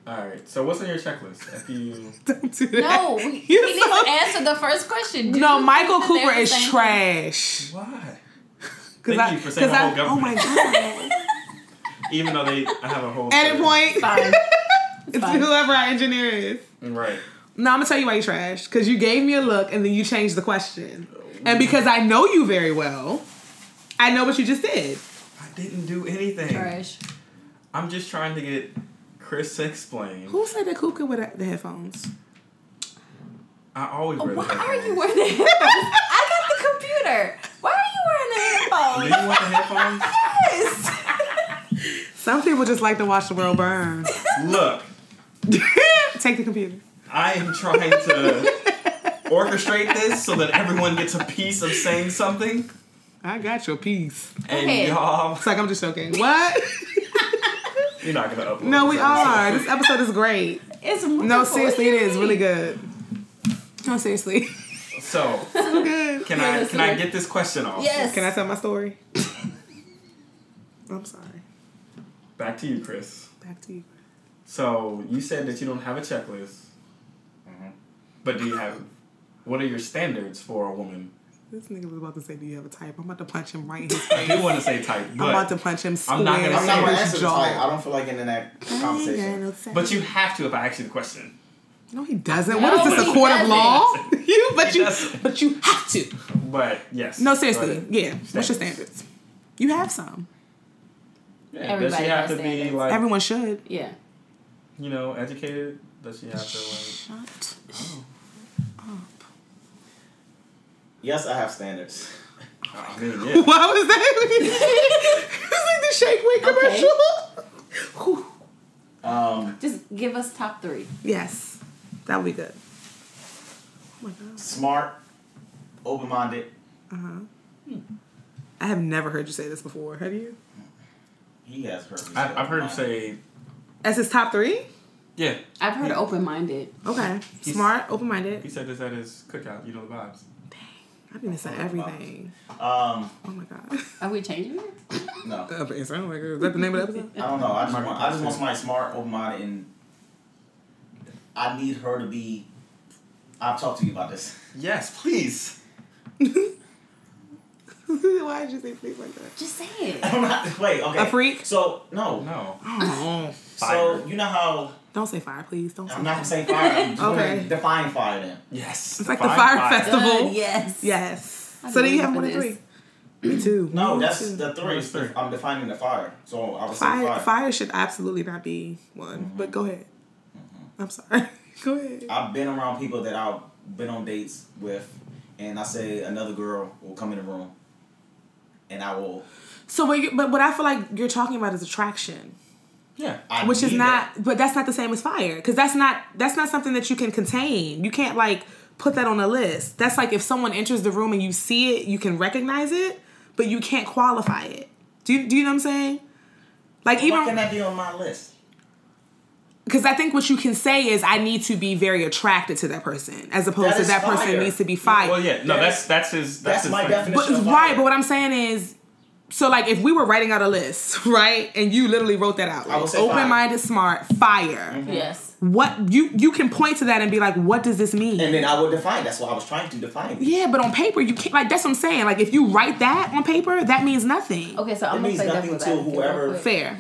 All right. So, what's on your checklist? If you
Don't do that.
No, we, he
You're
needs
so-
to answer the first question. Do
No,
you
Michael
think that
Cooper
they're the
is
same?
trash.
why?
'Cause
Thank
I-
you for saying the
'cause
whole
I-
government.
Oh my god.
Even though they I have a whole
Edit point.
Fine.
it's
fine.
whoever our engineer is.
Right.
No, I'm gonna tell you why you trash. Cause you gave me a look and then you changed the question. And because I know you very well, I know what you just did.
I didn't do anything.
Trash.
I'm just trying to get Chris to explain.
Who said that Coop could wear the headphones?
I always wear the
Why are
headphones.
you wearing the headphones? I got the computer. Why are
Do you
you wearing the headphones?
want the headphones?
Yes.
Some people just like to watch the world burn.
Look,
Take the computer.
I am trying to orchestrate this so that everyone gets a piece of saying something.
I got your piece.
And
Okay.
y'all,
It's like I'm just joking. What?
you're not gonna upload.
no, we
this episode.
are. This episode is great.
it's wonderful.
No, seriously,
What
it
do you
is
mean?
really good. No, seriously.
So
So good.
can I can I get this question off?
Yes.
Can I tell my story? I'm sorry.
Back to you, Chris.
Back to you.
So you said that you don't have a checklist, Mm-hmm. but do you have? What are your standards for a woman?
This nigga was about to say, "Do you have a type?" I'm about to punch him right in his
I
face.
do want to say type,
I'm about
but
to punch him square
I'm not gonna
I'm not
in
Who's
going to
his
answer the
jaw.
type. I don't feel like in that conversation.
but you have to if I ask you the question.
No, he doesn't.
No,
what is this?
he
A court of
doesn't.
law? you, but
He
you,
doesn't.
but you have to.
But yes.
No,
go
seriously.
ahead.
Yeah. What's your
Standards.
standards? You have some.
Yeah, does she
Everybody
have
has
to be
standards.
like
Everyone should.
Yeah.
you know educated? Does she have to like?
Shut.
Yes, I have standards.
I mean, yeah.
Why was that? it's like the Shake Weight commercial. Whew.
Um,
Just give us top three.
Yes, that would be good. Oh my god.
smart, open minded.
I have never heard you say this before. Have you?
He has heard me.
I, I've heard him say
As his top three.
yeah.
I've heard open minded.
Okay.
He's-
Smart, open
He
minded.
said this at his cookout. You know the vibes.
I think
Oh,
it's everything.
Um,
Oh my god.
Are we changing it?
no.
The upper Instagram worker. Is that the name of the episode?
I don't know. I just want, I just want somebody smart, open minded, and I need her to be. I've talked to you about this.
Yes, please.
Why did you say freak like that?
Just say it.
I'm not, wait, okay.
A freak?
So no.
No.
Oh,
So
Fire.
you know how
don't say fire, please. Don't say
I'm not gonna
fire.
say fire. I'm just gonna
Okay.
Define fire then.
Yes.
It's like the fire festival.
Good, yes.
Yes.
I'm
So then you have more
waiting for
than three. Me too.
No,
Me
that's
too.
the three.
That's three.
I'm defining the fire. So I was
fire,
saying
fire.
fire. Mm-hmm.
should absolutely not be one. But go ahead. I'm sorry. go ahead.
I've been around people that I've been on dates with, and I say another girl will come in the room, and I will.
So, what you, but what I feel like you're talking about is attraction,
Yeah.
I
which is
need
not.
that.
But that's not the same as fire, because that's not that's not something that you can contain. You can't like put that on a list. That's like if someone enters the room and you see it, you can recognize it, but you can't qualify it. Do you, do you know what I'm saying? Like
Why can
even
that be on my list?
because I think what you can say is I need to be very attracted to that person, as opposed
That
to
is
that person
fire.
needs to be fired.
Well, yeah, no, that's that's his. That's,
That's
his
my
thing.
definition.
But
Sure,
right,
fire.
but what I'm saying is, so like if we were writing out a list, right, and you literally wrote that out,
I would
like
say fire. Mm-hmm.
open minded, smart, fire.
Yes.
What you you can point to that and be like, what does this mean?
And then I would define. That's why I was trying to define. it.
yeah, but on paper you can't. Like that's what I'm saying. Like if you write that on paper, that means nothing.
Okay, so
It
I'm gonna
means
play
nothing
devil's
to
advocate real
whoever-
quick.
Fair.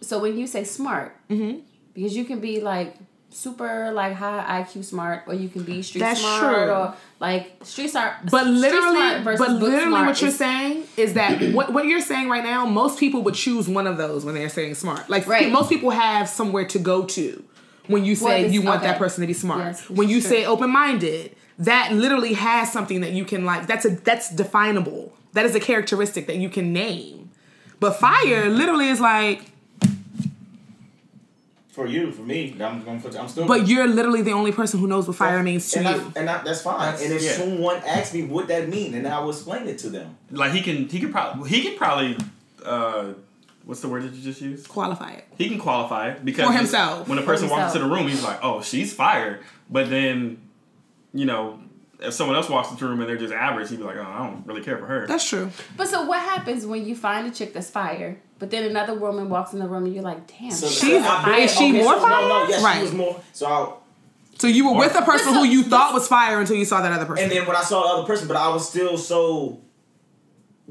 So when you say smart, because you can be like super like high IQ smart, or you can be street
That's
smart,
true.
or like street smart.
But
street
literally,
smart versus
but
book
literally,
smart
what you're
is-
saying is that what what you're saying right now, most people would choose one of those when they're saying smart. Like
Right.
most people have somewhere to go to when you
Well,
say
it's-
you want that
okay.
person to be smart.
Yes, this
when
is
you
true.
say open minded, that literally has something that you can like. That's a that's definable. That is a characteristic that you can name. But fire literally is like,
For you, for me, I'm gonna put. I'm still.
but you're literally the only person who knows what fire means to
and I-
you.
and I, that's fine. and if
yeah.
someone asks me what that mean, and I will explain it to them.
Like he can, he can probably, he can probably. Uh, what's the word that you just used?
Qualify it.
He can qualify it because
For himself.
When a person
For
walks into
himself.
the room, he's like, "Oh, she's fire," but then, you know, if someone else walks into the room and they're just average, he'd be like, "Oh, I don't really care for her."
That's true.
But so what happens when you find a chick that's fire, but then another woman walks in the room and you're like, damn,
So,
she's
She's-
I-
is she
okay,
more
so- No, no,
fire?
yes,
Right.
she was more. So I,
So you were with a person who
But so-
you thought was fire until you saw that other person.
And then when I saw the other person, but I was still so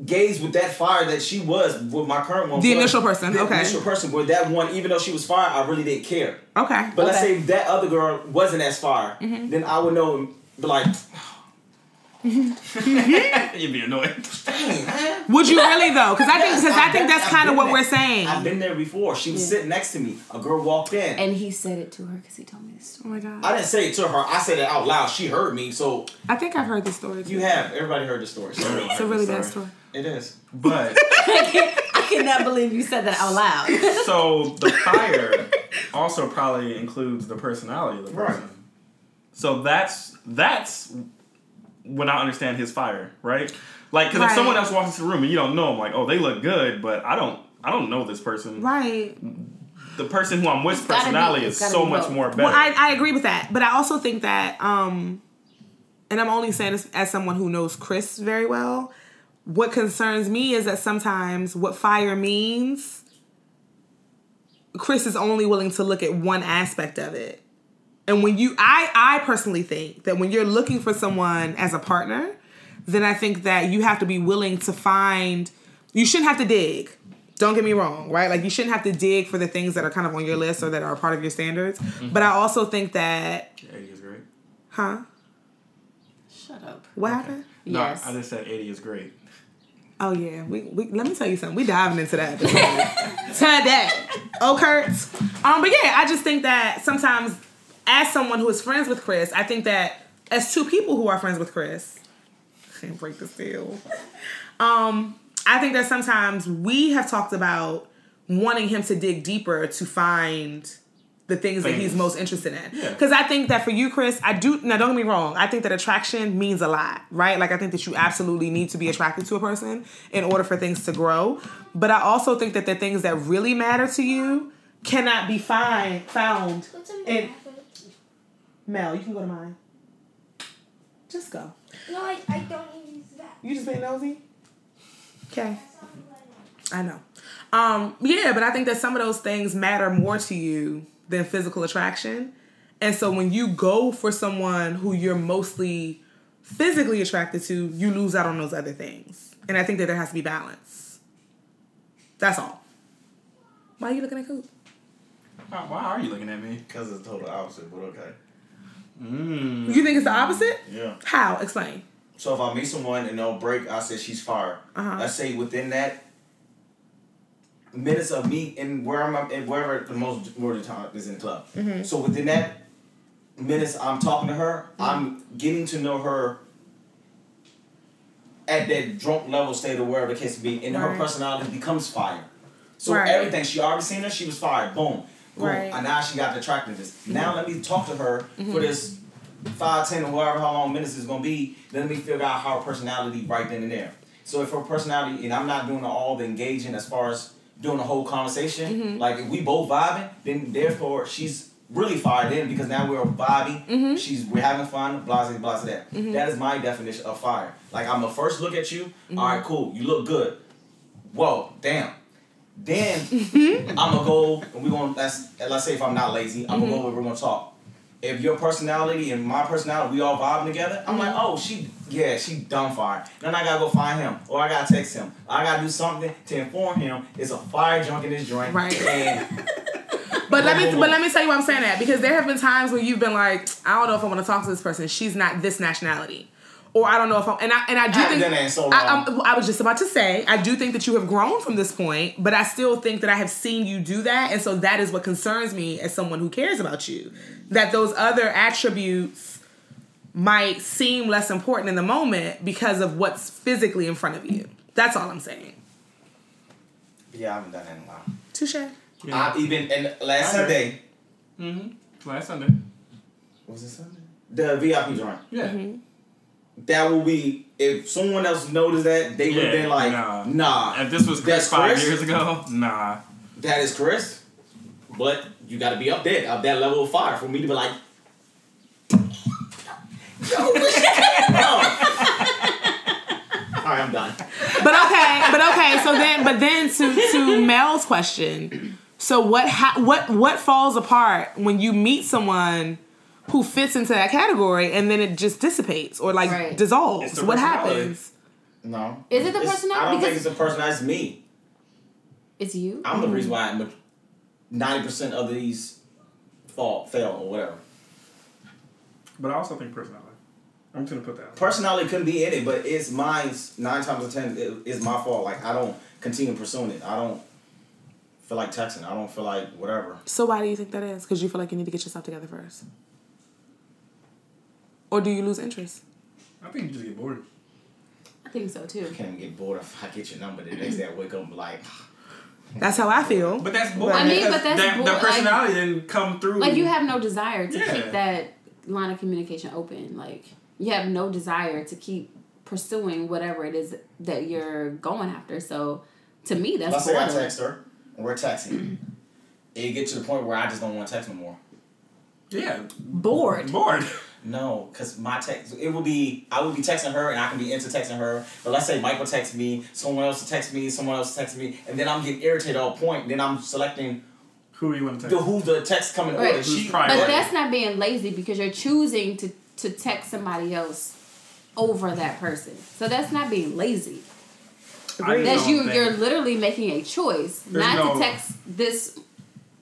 gazed with that fire that she was with my current one.
The
was.
initial person,
the
okay.
initial person with that one, even though she was fire, I really didn't care.
okay. Mm-hmm.
But let's
Okay.
say that other girl wasn't as fire, then I would know and be like,
You'd be annoyed.
dang, man.
Would you really though? Because I think
Yes,
because I
I've
think
been-
that's
I've
kind of
been
what
there.
we're saying.
I've been there before. She was
Yeah.
sitting next to me. A girl walked in.
and he said it to her because he told me this
oh my
story.
god!
I didn't say it to her. I said it out loud. She heard me. So
I think I've heard this story. Too.
you have. Everybody heard the story. So
it's a really bad
Sorry.
story.
it is.
But
I cannot believe you said that out loud.
so the fire also probably includes the personality of the person.
Right.
So that's that's when I understand his fire, right? Like, because if someone
Right.
else walks into the room and you don't know them, like, oh, they look good, but I don't, I don't know this person.
Right.
The person who I'm with's
gotta be-
personality
it's
is
gotta
so
be
much
both.
more better.
Well, I, I agree with that, but I also think that, um and I'm only saying this as someone who knows Chris very well. What concerns me is that sometimes what fire means, Chris is only willing to look at one aspect of it. And when you, I, I personally think that when you're looking for someone as a partner, then I think that you have to be willing to find, you shouldn't have to dig. Don't get me wrong, right? Like, you shouldn't have to dig for the things that are kind of on your list or that are a part of your standards. But I also think that,
eighty is great.
huh?
Shut up.
What happened?
Yes.
No, I just said eighty is great.
Oh, yeah. We, we, let me tell you something. We diving into that. Today. Oh, Kurt. Um, but yeah, I just think that sometimes, as someone who is friends with Chris, I think that as two people who are friends with Chris, can't break the seal. Um, I think that sometimes we have talked about wanting him to dig deeper to find the things that he's
Things.
most interested in.
Yeah.
Because I think that for you, Chris, I do. Now, don't get me wrong. I think that attraction means a lot, right? Like I think that you absolutely need to be attracted to a person in order for things to grow. But I also think that the things that really matter to you cannot be find found
What's in
in
my pocket?
Mel. You can go to mine. Just go.
No, I, I don't need to use that.
You just being nosy. Okay. I know. Um, yeah, but I think that some of those things matter more to you than physical attraction. And so when you go for someone who you're mostly physically attracted to, you lose out on those other things. And I think that there has to be balance. That's all. Why are you looking at Coop?
Why, why are you looking at me?
Because it's the total opposite, but okay.
Mm.
You think it's the opposite?
Yeah.
How? Explain.
So if I meet someone and they'll break, I said she's fire.
Uh-huh.
Let's say within that minutes of me and where I'm and wherever the most more of the time is in the club.
Mm-hmm.
So within that minutes I'm talking to her, I'm getting to know her at that drunk level state or wherever the case may be, and
Right.
her personality becomes fire. So
Right.
everything she already seen her, she was fired. Boom. Boom.
Right.
And now she got the attractiveness. Now let me talk to her for this five, ten, or whatever how long minutes is gonna be, then let me figure out her personality right then and there. So if her personality and I'm not doing all the engaging as far as during the whole conversation. Like if we both vibing, then therefore she's really fired in because now we're vibing. She's we're having fun. Blah blah blah. That That is my definition of fire. Like I'm a first look at you. all right, cool. You look good. Whoa, damn. Then I'm gonna go and we're gonna let's let's say if I'm not lazy, I'm gonna go and we're gonna talk. If your personality and my personality, we all vibing together, I'm like, oh, she, yeah, she dumb fire. Then I gotta go find him, or I gotta text him. I gotta do something to inform him it's a fire junk in this joint.
Right.
And
But let me but let me tell you why I'm saying that because there have been times where you've been like, I don't know if I want to talk to this person. She's not this nationality, or I don't know if I'm and I and I do
I haven't
think
done that in so long.
I, I'm- I was just about to say I do think that you have grown from this point, but I still think that I have seen you do that, and so that is what concerns me as someone who cares about you, that those other attributes might seem less important in the moment because of what's physically in front of you. That's all I'm saying.
yeah, I haven't done that in a while.
Touche.
Yeah.
I even and last
I heard.
Sunday,
Last Sunday.
was it Sunday? The VIP joint.
Yeah.
Mm-hmm.
That will be if someone else noticed that, they would have
Yeah,
been like,
nah.
nah.
If this was Chris
That's
five
Chris?
years ago, nah.
That is Chris. But you gotta be up there, up that level of fire for me to be like, yo, what you doing? Alright, I'm done.
But okay, but okay. So then, but then to to Mel's question. So what ha- what what falls apart when you meet someone who fits into that category and then it just dissipates or like
Right.
It's
dissolves?
the
What
personality.
happens?
No.
Is it the
It's-
personality?
I don't think
Because-
it's the personality, it's me.
It's you.
I'm the reason
Mm-hmm.
why I'm- 90% of these fall, fail, or whatever.
But I also think personality. I'm just gonna put that.
personality couldn't be in it, but it's mine. Nine times out of ten, it, it's my fault. Like I don't continue pursuing it. I don't feel like texting. I don't feel like whatever.
So why do you think that is? Because you feel like you need to get yourself together first, or do you lose interest?
I think you just get bored.
I think so too.
I can't even get bored if I get your number the next day. I wake up and be like, "Ah."
That's how I feel.
But that's boring.
I mean,
because
but that's
that,
boring,
that
like-
personality didn't come through.
Like you have no desire to
Yeah.
keep that line of communication open. Like you have no desire to keep pursuing whatever it is that you're going after. So to me,
let's
that's
say I
boredom.
text her and we're texting. it get to the point where I just don't want to text no more.
yeah,
bored.
bored.
No, cause my text it would be I would be texting her and I can be into texting her. But let's say Michael texts me, someone else texts me, someone else texts me, and then I'm getting irritated all point. Then I'm selecting
Who you want to
the
text?
who the text coming
Right.
order. She
Who's private?
But
Right.
that's not being lazy because you're choosing to to text somebody else over that person. So that's not being lazy.
I
That's
don't
you.
think-
You're literally making a choice
There's
not
no-
to text this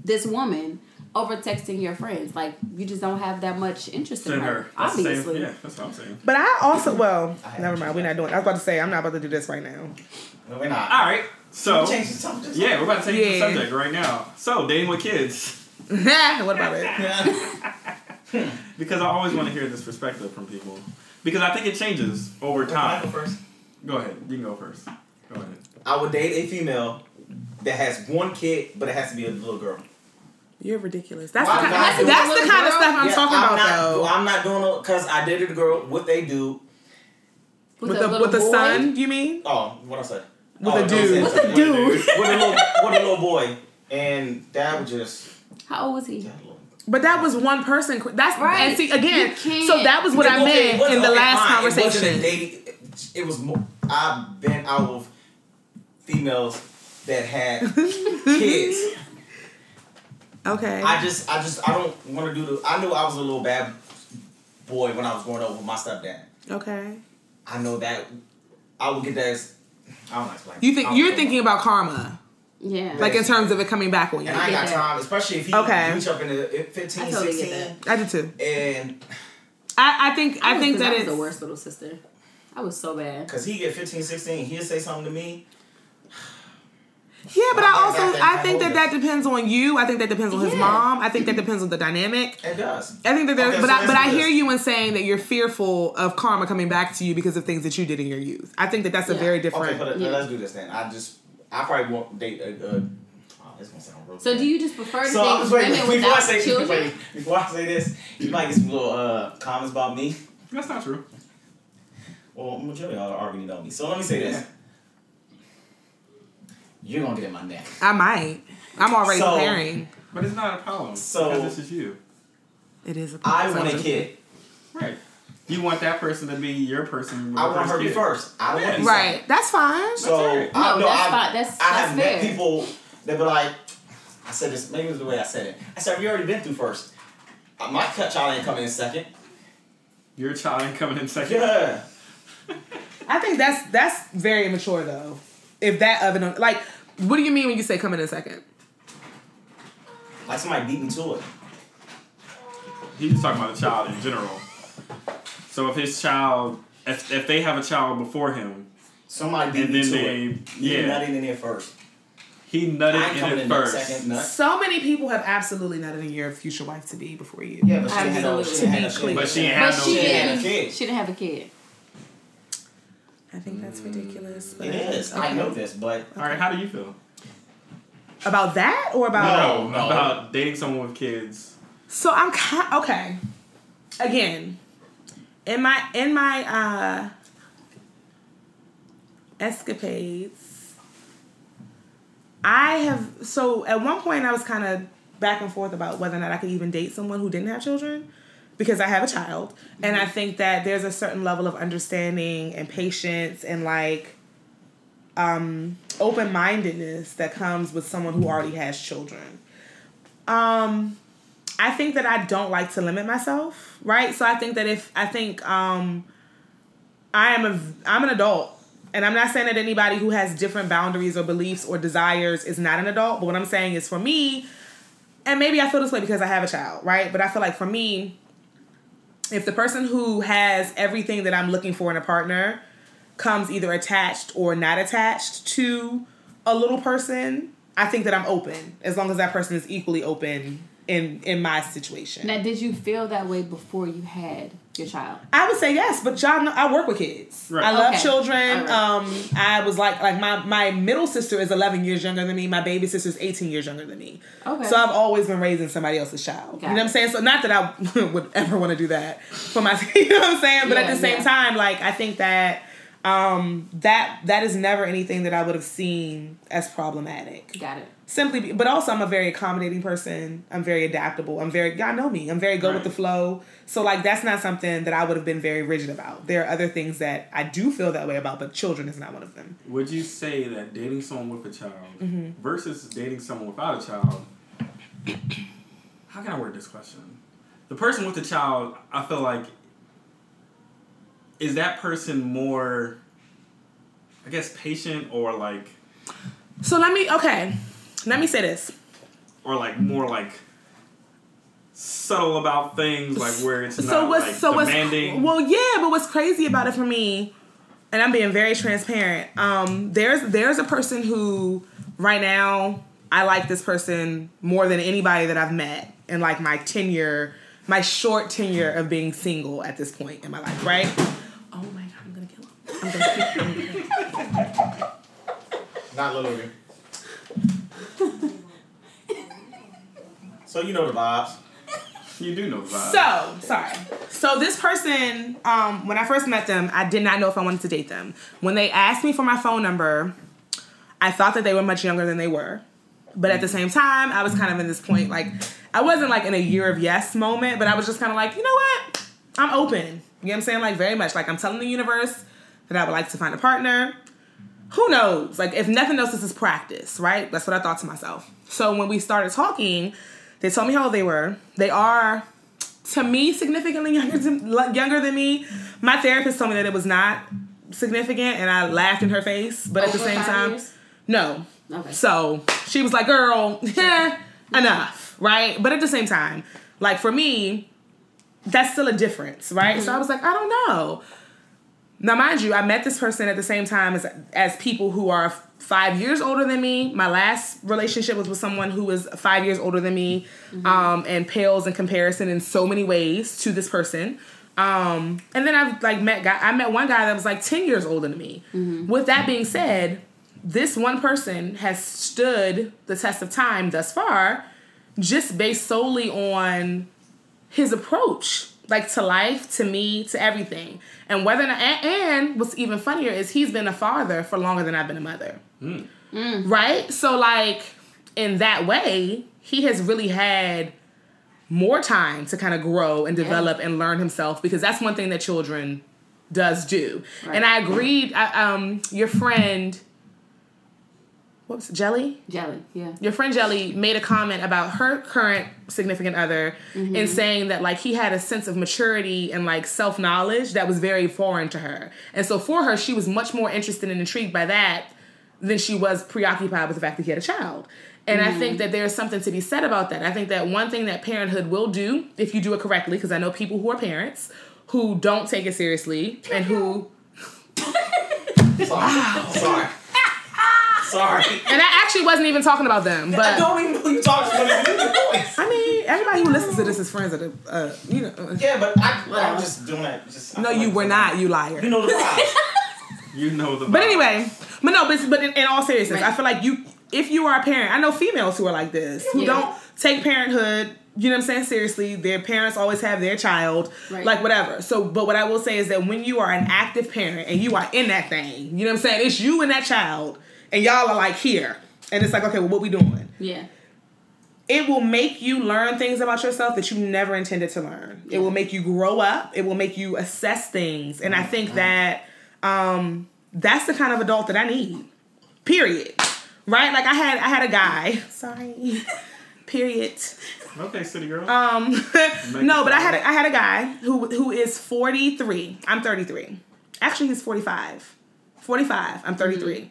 this woman over texting your friends. Like you just don't have that much interest in
Send
her.
her. That's the same-
Obviously,
yeah, that's what I'm saying.
But I also well,
I
never mind. We're not doing. I was about to say I'm not about to do this right now.
No, we're not.
All right, so
Change the subject.
yeah, we're about to change
Yeah.
the subject right now. So dating with kids,
what about it?
because I always want to hear this perspective from people, because I think it changes over
I go
time.
first.
Go ahead, you can go first. Go ahead.
I would date a female that has one kid, but it has to be a little girl.
You're ridiculous. That's
Why
the
would
kind,
I
that's,
do
that's
it?
the kind of
Girl,
stuff I'm
Yeah,
talking about
not,
though.
Well, I'm not doing it because I dated a girl with a dude.
with the with the
little boy.
son, you mean?
Oh, what I say?
With
oh,
a
no,
dude.
it's-
With a dude.
With a little, with a little boy, and that would just.
How old was he?
that little-
But that was one person. qu- That's right.
Right.
And see again.
You can't-
So that was what I
Okay, it
meant
wasn't-
in the
okay,
last
fine, It wasn't a
conversation.
dating. It was. More, I've been out with females that had kids.
Okay.
I just, I just, I don't want to do the. I knew I was a little bad boy when I was growing up with my stepdad.
Okay.
I know that I would get that. As, I don't like explain.
You
I
think
don't
you're
know.
thinking about karma,
Yeah.
like in terms of it coming back on you?
And I ain't got
Yeah.
time, especially if he
Okay.
reach up in the in 15,
I totally get
16,
I do too.
and
I, I think I
was-
think
'cause
that
was
it's
the worst little sister. I was so bad.
because he get 15, 16, he'll say something to me.
Yeah, but I
Not
also
that- that
I
kind
think
of
that that depends on you. I think that depends on his
Yeah.
mom. I think that depends on the dynamic.
It does.
I think that there's,
Okay,
but
so
I,
let's
but
do
I hear
this.
you in saying that you're fearful of karma coming back to you because of things that you did in your youth. I think that that's a
Yeah.
very different.
Okay, but
Yeah.
let's do this then. I just, I probably won't date a. a oh, this gonna sound real.
So
bad.
do you just prefer to
So I'm
date
just waiting.
women
Before I
without
say
children?
wait, before I say this, you might get some little uh, comments about me.
That's not true.
Well, majority of y'all are already know me. So let me say this. You're gonna get in my neck.
I might. I'm already
So-
preparing.
But it's not a problem.
So-
because this is you.
It is. A
I want a
subject.
kid.
Right. You want that person to be your person. with
I
the
want her to be
kid.
first. I don't want to be
Right. That's fine.
So I,
No,
no,
that's
I, I
fine. That's- that's
have met
fair.
people that be like, I said this. Maybe it was the way I said it. I said we already been through first. Uh, My cut child ain't coming in second.
Your child ain't coming in second.
Yeah.
I think that's that's very immature though. If that oven, like, what do you mean when you say come in a second?
Like somebody beat me to it.
He's just talking about a child in general. So if his child, if, if they have a child before him,
Somebody beat
and
me
then
to
they,
it.
yeah,
You're not in there first.
he
I
nutted
ain't
in
coming
it
in
first.
there second. Nut.
So many people have absolutely not in your future wife to be before you.
Yeah, but she had no. She
Absolutely.
had no shit.
But she ain't
But
have
she
no kid.
didn't.
Yeah, kid.
She didn't have a kid.
I think that's ridiculous. But
It is. I know this, but
All right, how do you feel?
About that or about
No, no.
About dating someone with kids.
So I'm kind okay. Again, in my in my uh escapades, I have so at one point I was kind of back and forth about whether or not I could even date someone who didn't have children because I have a child and I think that there's a certain level of understanding and patience and like um open-mindedness that comes with someone who already has children. Um I think that I don't like to limit myself, right? So I think that if I think um I am a I'm an adult. And I'm not saying that anybody who has different boundaries or beliefs or desires is not an adult, but what I'm saying is for me, and maybe I feel this way because I have a child, right? But I feel like for me, if the person who has everything that I'm looking for in a partner comes either attached or not attached to a little person, I think that I'm open as long as that person is equally open in in my situation.
Now, did you feel that way before you had your child?
I would say yes, but y'all know I work with kids.
Right.
I love
Okay.
children.
All right.
Um, I was like like my my middle sister is eleven years younger than me. My baby sister is eighteen years younger than me.
Okay.
So I've always been raising somebody else's child. you
Got
know what I'm
it.
saying? So not that I would ever want to do that for my. You know what I'm saying? But at
Yeah,
the same
yeah.
time, like I think that um that that is never anything that I would have seen as problematic
Got it.
simply be, but also i'm a very accommodating person i'm very adaptable i'm very y'all know me i'm very go with
Right.
the flow so like that's not something that i would have been very rigid about there are other things that i do feel that way about but children is not one of them
Would you say that dating someone with a child
Mm-hmm.
versus dating someone without a child? How can I word this question? The person with the child, I feel like, is that person more, I guess, patient or like,
so let me okay let me say this
or like more like subtle about things, like where it's not
so what's
like
so what's
demanding.
well yeah but what's crazy about it for me and i'm being very transparent um there's there's a person who right now i like this person more than anybody that i've met in like my tenure my short tenure of being single at this point in my life right oh my god i'm gonna kill him i'm gonna kill him
not literally. so you know the vibes.
you do know the vibe.
So sorry. So this person, um, when I first met them, I did not know if I wanted to date them. When they asked me for my phone number, I thought that they were much younger than they were. But at the same time, I was kind of in this point, like I wasn't like in a year of yes moment, but I was just kind of like, you know what? I'm open. You know what I'm saying? Like very much. Like I'm telling the universe that I would like to find a partner. Who knows? Like if nothing else, this is practice, right? That's what I thought to myself. So when we started talking, they told me how old they were. They are to me significantly younger than, like, younger than me. My therapist told me that it was not significant, and I laughed in her face. But at the
Over
same
five
time,
years?
no.
Okay.
So she was like, "Girl, eh, enough," right? But at the same time, like for me, that's still a difference, right? So I was like, I don't know. Now, mind you, I met this person at the same time as as people who are five years older than me. My last relationship was with someone who was five years older than me, um, and pales in comparison in so many ways to this person. Um, and then I've like met guy. I met one guy that was like ten years older than me. With that being said, this one person has stood the test of time thus far, just based solely on his approach like to life to me to everything and whether or not, and, and what's even funnier is he's been a father for longer than i've been a mother Right? So like in that way, he has really had more time to kind of grow and develop and learn himself because that's one thing that children does do. And I agreed I, um your friend whoops, Jelly?
Jelly, yeah.
your friend Jelly made a comment about her current significant other
Mm-hmm.
and saying that like he had a sense of maturity and like self knowledge that was very foreign to her. And so for her, she was much more interested and intrigued by that than she was preoccupied with the fact that he had a child. And I
Mm-hmm.
think that there's something to be said about that. I think that one thing that parenthood will do, if you do it correctly, because I know people who are parents who don't take it seriously and who
Sorry. Sorry.
and I actually wasn't even talking about them,
I
but
don't even know who you talking to. but it's your voice.
I mean, everybody who listens to this is friends of the, uh, you know.
Yeah, but I, I'm just doing that. Just, I
No,
feel
you
like-
were not, you liar.
You know the vibes.
You know the.
But anyway, but no, but, but in, in all seriousness,
Right.
I feel like you, if you are a parent, I know females who are like this who
Yeah.
don't take parenthood. You know what I'm saying? Seriously, their parents always have their child,
Right.
like whatever. So, but what I will say is that when you are an active parent and you are in that thing, you know what I'm saying? It's you and that child, and y'all are like here, and it's like, okay, well, what we doing?
Yeah.
it will make you learn things about yourself that you never intended to learn. It will make you grow up. It will make you assess things. And I think that um, that's the kind of adult that I need. Period. Right? Like I had I had a guy. Sorry. Period
Okay, city girl.
uh, no, but I had a, I had a guy who who is 43. I'm 33. Actually, he's 45. 45. I'm 33.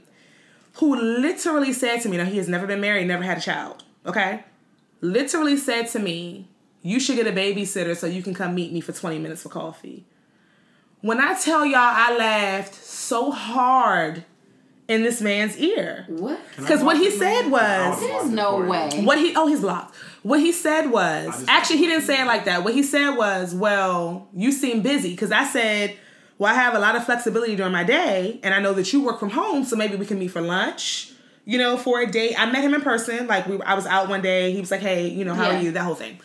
Who literally said to me, now he has never been married, never had a child, okay? Literally said to me, you should get a babysitter so you can come meet me for 20 minutes for coffee. When I tell y'all I laughed so hard in this man's ear.
What?
Because what he said was
There's no way.
what he oh he's blocked. What he said was actually he didn't say it like that. What he said was, well, you seem busy because I said, well, I have a lot of flexibility during my day, and I know that you work from home, so maybe we can meet for lunch. You know, for a date. I met him in person. Like we, I was out one day. He was like, hey, you know, how
Yeah.
are you? That whole thing.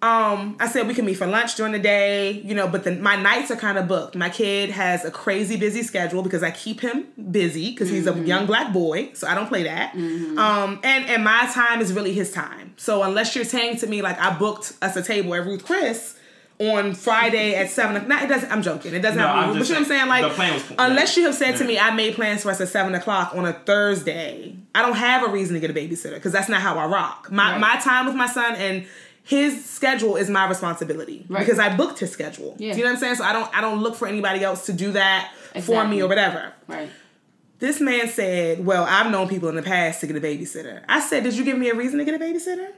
Um, I said we can meet for lunch during the day, you know, but the, my nights are kind of booked. My kid has a crazy busy schedule because I keep him busy because he's a young black boy, so I don't play that. Um, and and my time is really his time. So unless you're saying to me like I booked us a table at Ruth Chris on Friday at seven o'clock, nah, it doesn't. I'm joking. It doesn't
No,
have
I'm
to be. But
just
you know what I'm saying?
saying,
Like
the plan was-
unless you have said to
Yeah.
me I made plans for us at seven o'clock on a Thursday, I don't have a reason to get a babysitter because that's not how I rock. My
Right.
my time with my son and his schedule is my responsibility
Right.
because I booked his schedule.
Yeah.
Do you know what I'm saying? So I don't I don't look for anybody else to do that for me
Exactly.
or whatever.
Right.
This man said, "Well, I've known people in the past to get a babysitter." I said, "Did you give me a reason to get a babysitter?"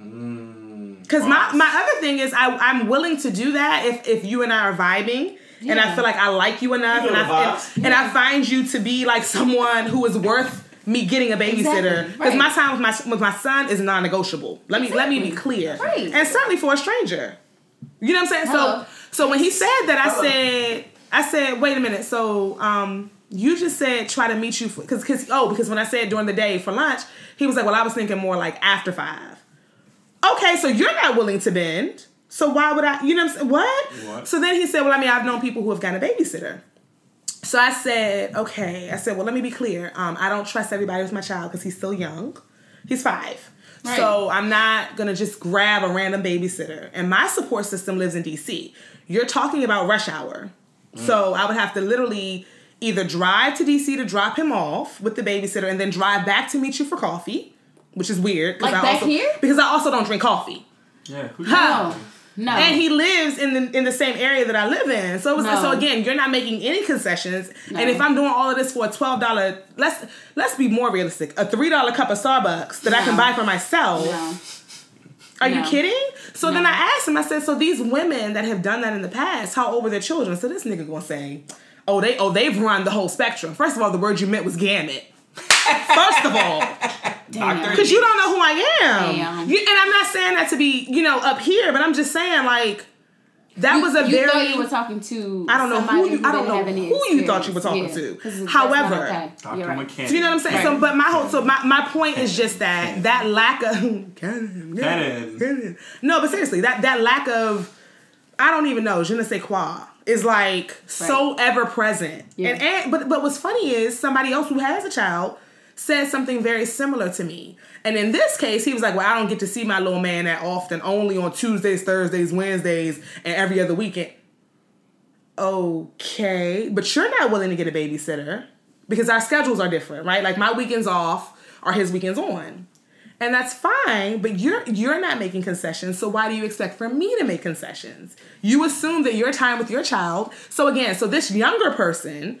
Mm,
Because my, my other thing is I, I'm willing to do that if, if you and I are vibing and I
Yeah.
feel like I like you enough
You know
and,
the
I,
vibes.
and, and I find you to be like someone who is worth me getting a babysitter
Exactly,
because my
right.
time with my with my son is non-negotiable. Let me let me be clear,
Right.
and certainly for a stranger. You know what I'm saying?
Hello.
So so when he said that, I said I said wait a minute. So um you just said try to meet you because because oh because when I said during the day for lunch, he was like well I was thinking more like after five. Okay, so you're not willing to bend. So why would I? You know what? I'm saying? What?
What?
So then he said, well I mean I've known people who have gotten a babysitter. So I said okay. I said well let me be clear. Um I don't trust everybody with my child because he's still young. He's five.
Right.
So I'm not gonna just grab a random babysitter. And my support system lives in DC. You're talking about rush hour.
Mm.
So I would have to literally either drive to DC to drop him off with the babysitter and then drive back to meet you for coffee, which is weird. 'cause
Like
I
back
also,
here?
Because I also don't drink coffee.
yeah. Who
No. No.
And he lives in the in the same area that I live in. So it was,
No.
so again, you're not making any concessions.
Oh. No.
And if I'm doing all of this for a twelve dollar, let's let's be more realistic. A three dollar cup of Starbucks that I can
No.
buy for myself.
no.
Are you
No.
kidding? So then I asked him, I said, so these women that have done that in the past, how old were their children? So this nigga gonna say, oh, they oh they've run the whole spectrum. First of all, the word you meant was gamut. First of all,
Damn.
because you don't know who I am.
Damn.
You- and I'm not saying that to be, you know, up here, but I'm just saying, like, that was a
you
very.
thought you were talking to.
I don't know who
somebody
you- I don't
didn't
know
have any
who you thought you were
experience.
talking
Yeah,
to.
'cause it's-
However,
that's not
Dr.
okay. You're right.
McCann.
Do you know what I'm saying? So,
Right.
but my whole, so my, my point is just that that lack of
Cannon.
no, but seriously, that that lack of I don't even know je ne sais quoi is like so ever present.
Yeah.
And, and but but what's funny is somebody else who has a child said something very similar to me. And in this case, he was like, Well, I don't get to see my little man that often, only on Tuesdays, Thursdays, Wednesdays, and every other weekend. Okay, but you're not willing to get a babysitter because our schedules are different, right? Like my weekends off are his weekends on. And that's fine, but you're you're not making concessions, so why do you expect for me to make concessions? You assume that your time with your child. So again, so this younger person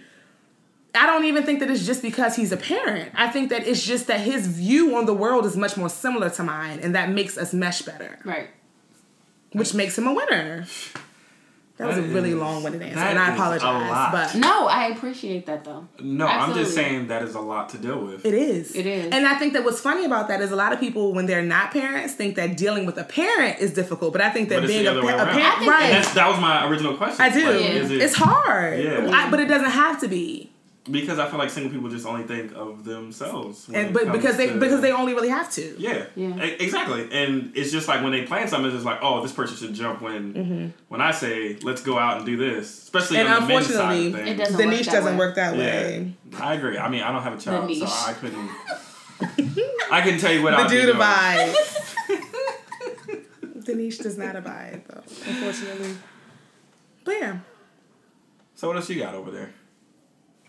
I don't even think that it's just because he's a parent. I think that it's just that his view on the world is much more similar to mine, and that makes us mesh better,
Right.
which makes him a winner. That was a
That
really
is-
long winded answer,
that
and I
is a lot.
apologize. But
No, I appreciate that though.
No, I'm
Absolutely.
just saying that is a lot to deal with.
it is.
It is.
And I think that what's funny about that is a lot of people, when they're not parents, think that dealing with a parent is difficult. But I think that
But it's
being
the
a,
other
pa-
way
a
around.
I
parent,
think
right?
That's that was my original question.
I do.
Like,
Yeah.
is it-
It's hard.
Yeah.
I, but it doesn't have to be.
because I feel like single people just only think of themselves. when
And
it
but
comes
because they
to-
because they only really have to.
yeah
Yeah.
E- exactly. And it's just like when they plan something, it's just like oh this person should jump when
Mm-hmm.
when I say let's go out and do this, especially
And
on the men's side
unfortunately-
of things.
It doesn't
the
work
niche
that
doesn't
way.
work that
Yeah,
way.
I agree. I mean I don't have a child,
niche.
so I couldn't. I couldn't tell you what
The
I
dude abides. the niche does not abide, though, unfortunately. But yeah,
So what else you got over there?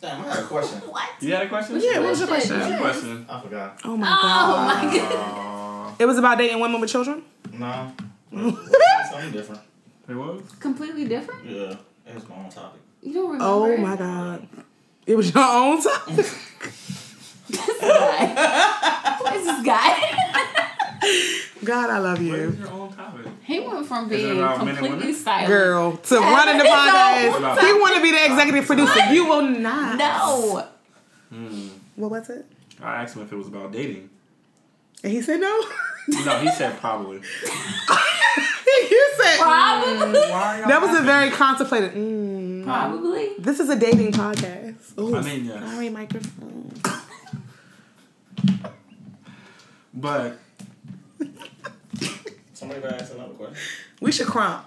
Damn, I had a question.
What?
You had a question?
yeah. What was your
Question.
question?
Good question.
I forgot.
Oh my
Oh
god!
my god.
Uh,
It was about dating women with children.
no. Something different.
It was.
Completely different?
Yeah. It was my own topic.
You don't remember?
Oh my god! It was your own topic.
This guy. Who is this guy?
God, I love
What is
you,
your own topic?
he went from
Is it
being
about men and
completely
women?
silent.
girl, to running the podcast. He want to be the executive producer. You will not.
No.
What was it?
I asked him if it was about dating.
And he said no.
No, he said probably.
you said
Probably.
Why
that was a very contemplated. Mm.
Probably.
This is a dating podcast. Ooh,
I mean, yes.
sorry, microphone.
But
Somebody better ask another question.
We should crump.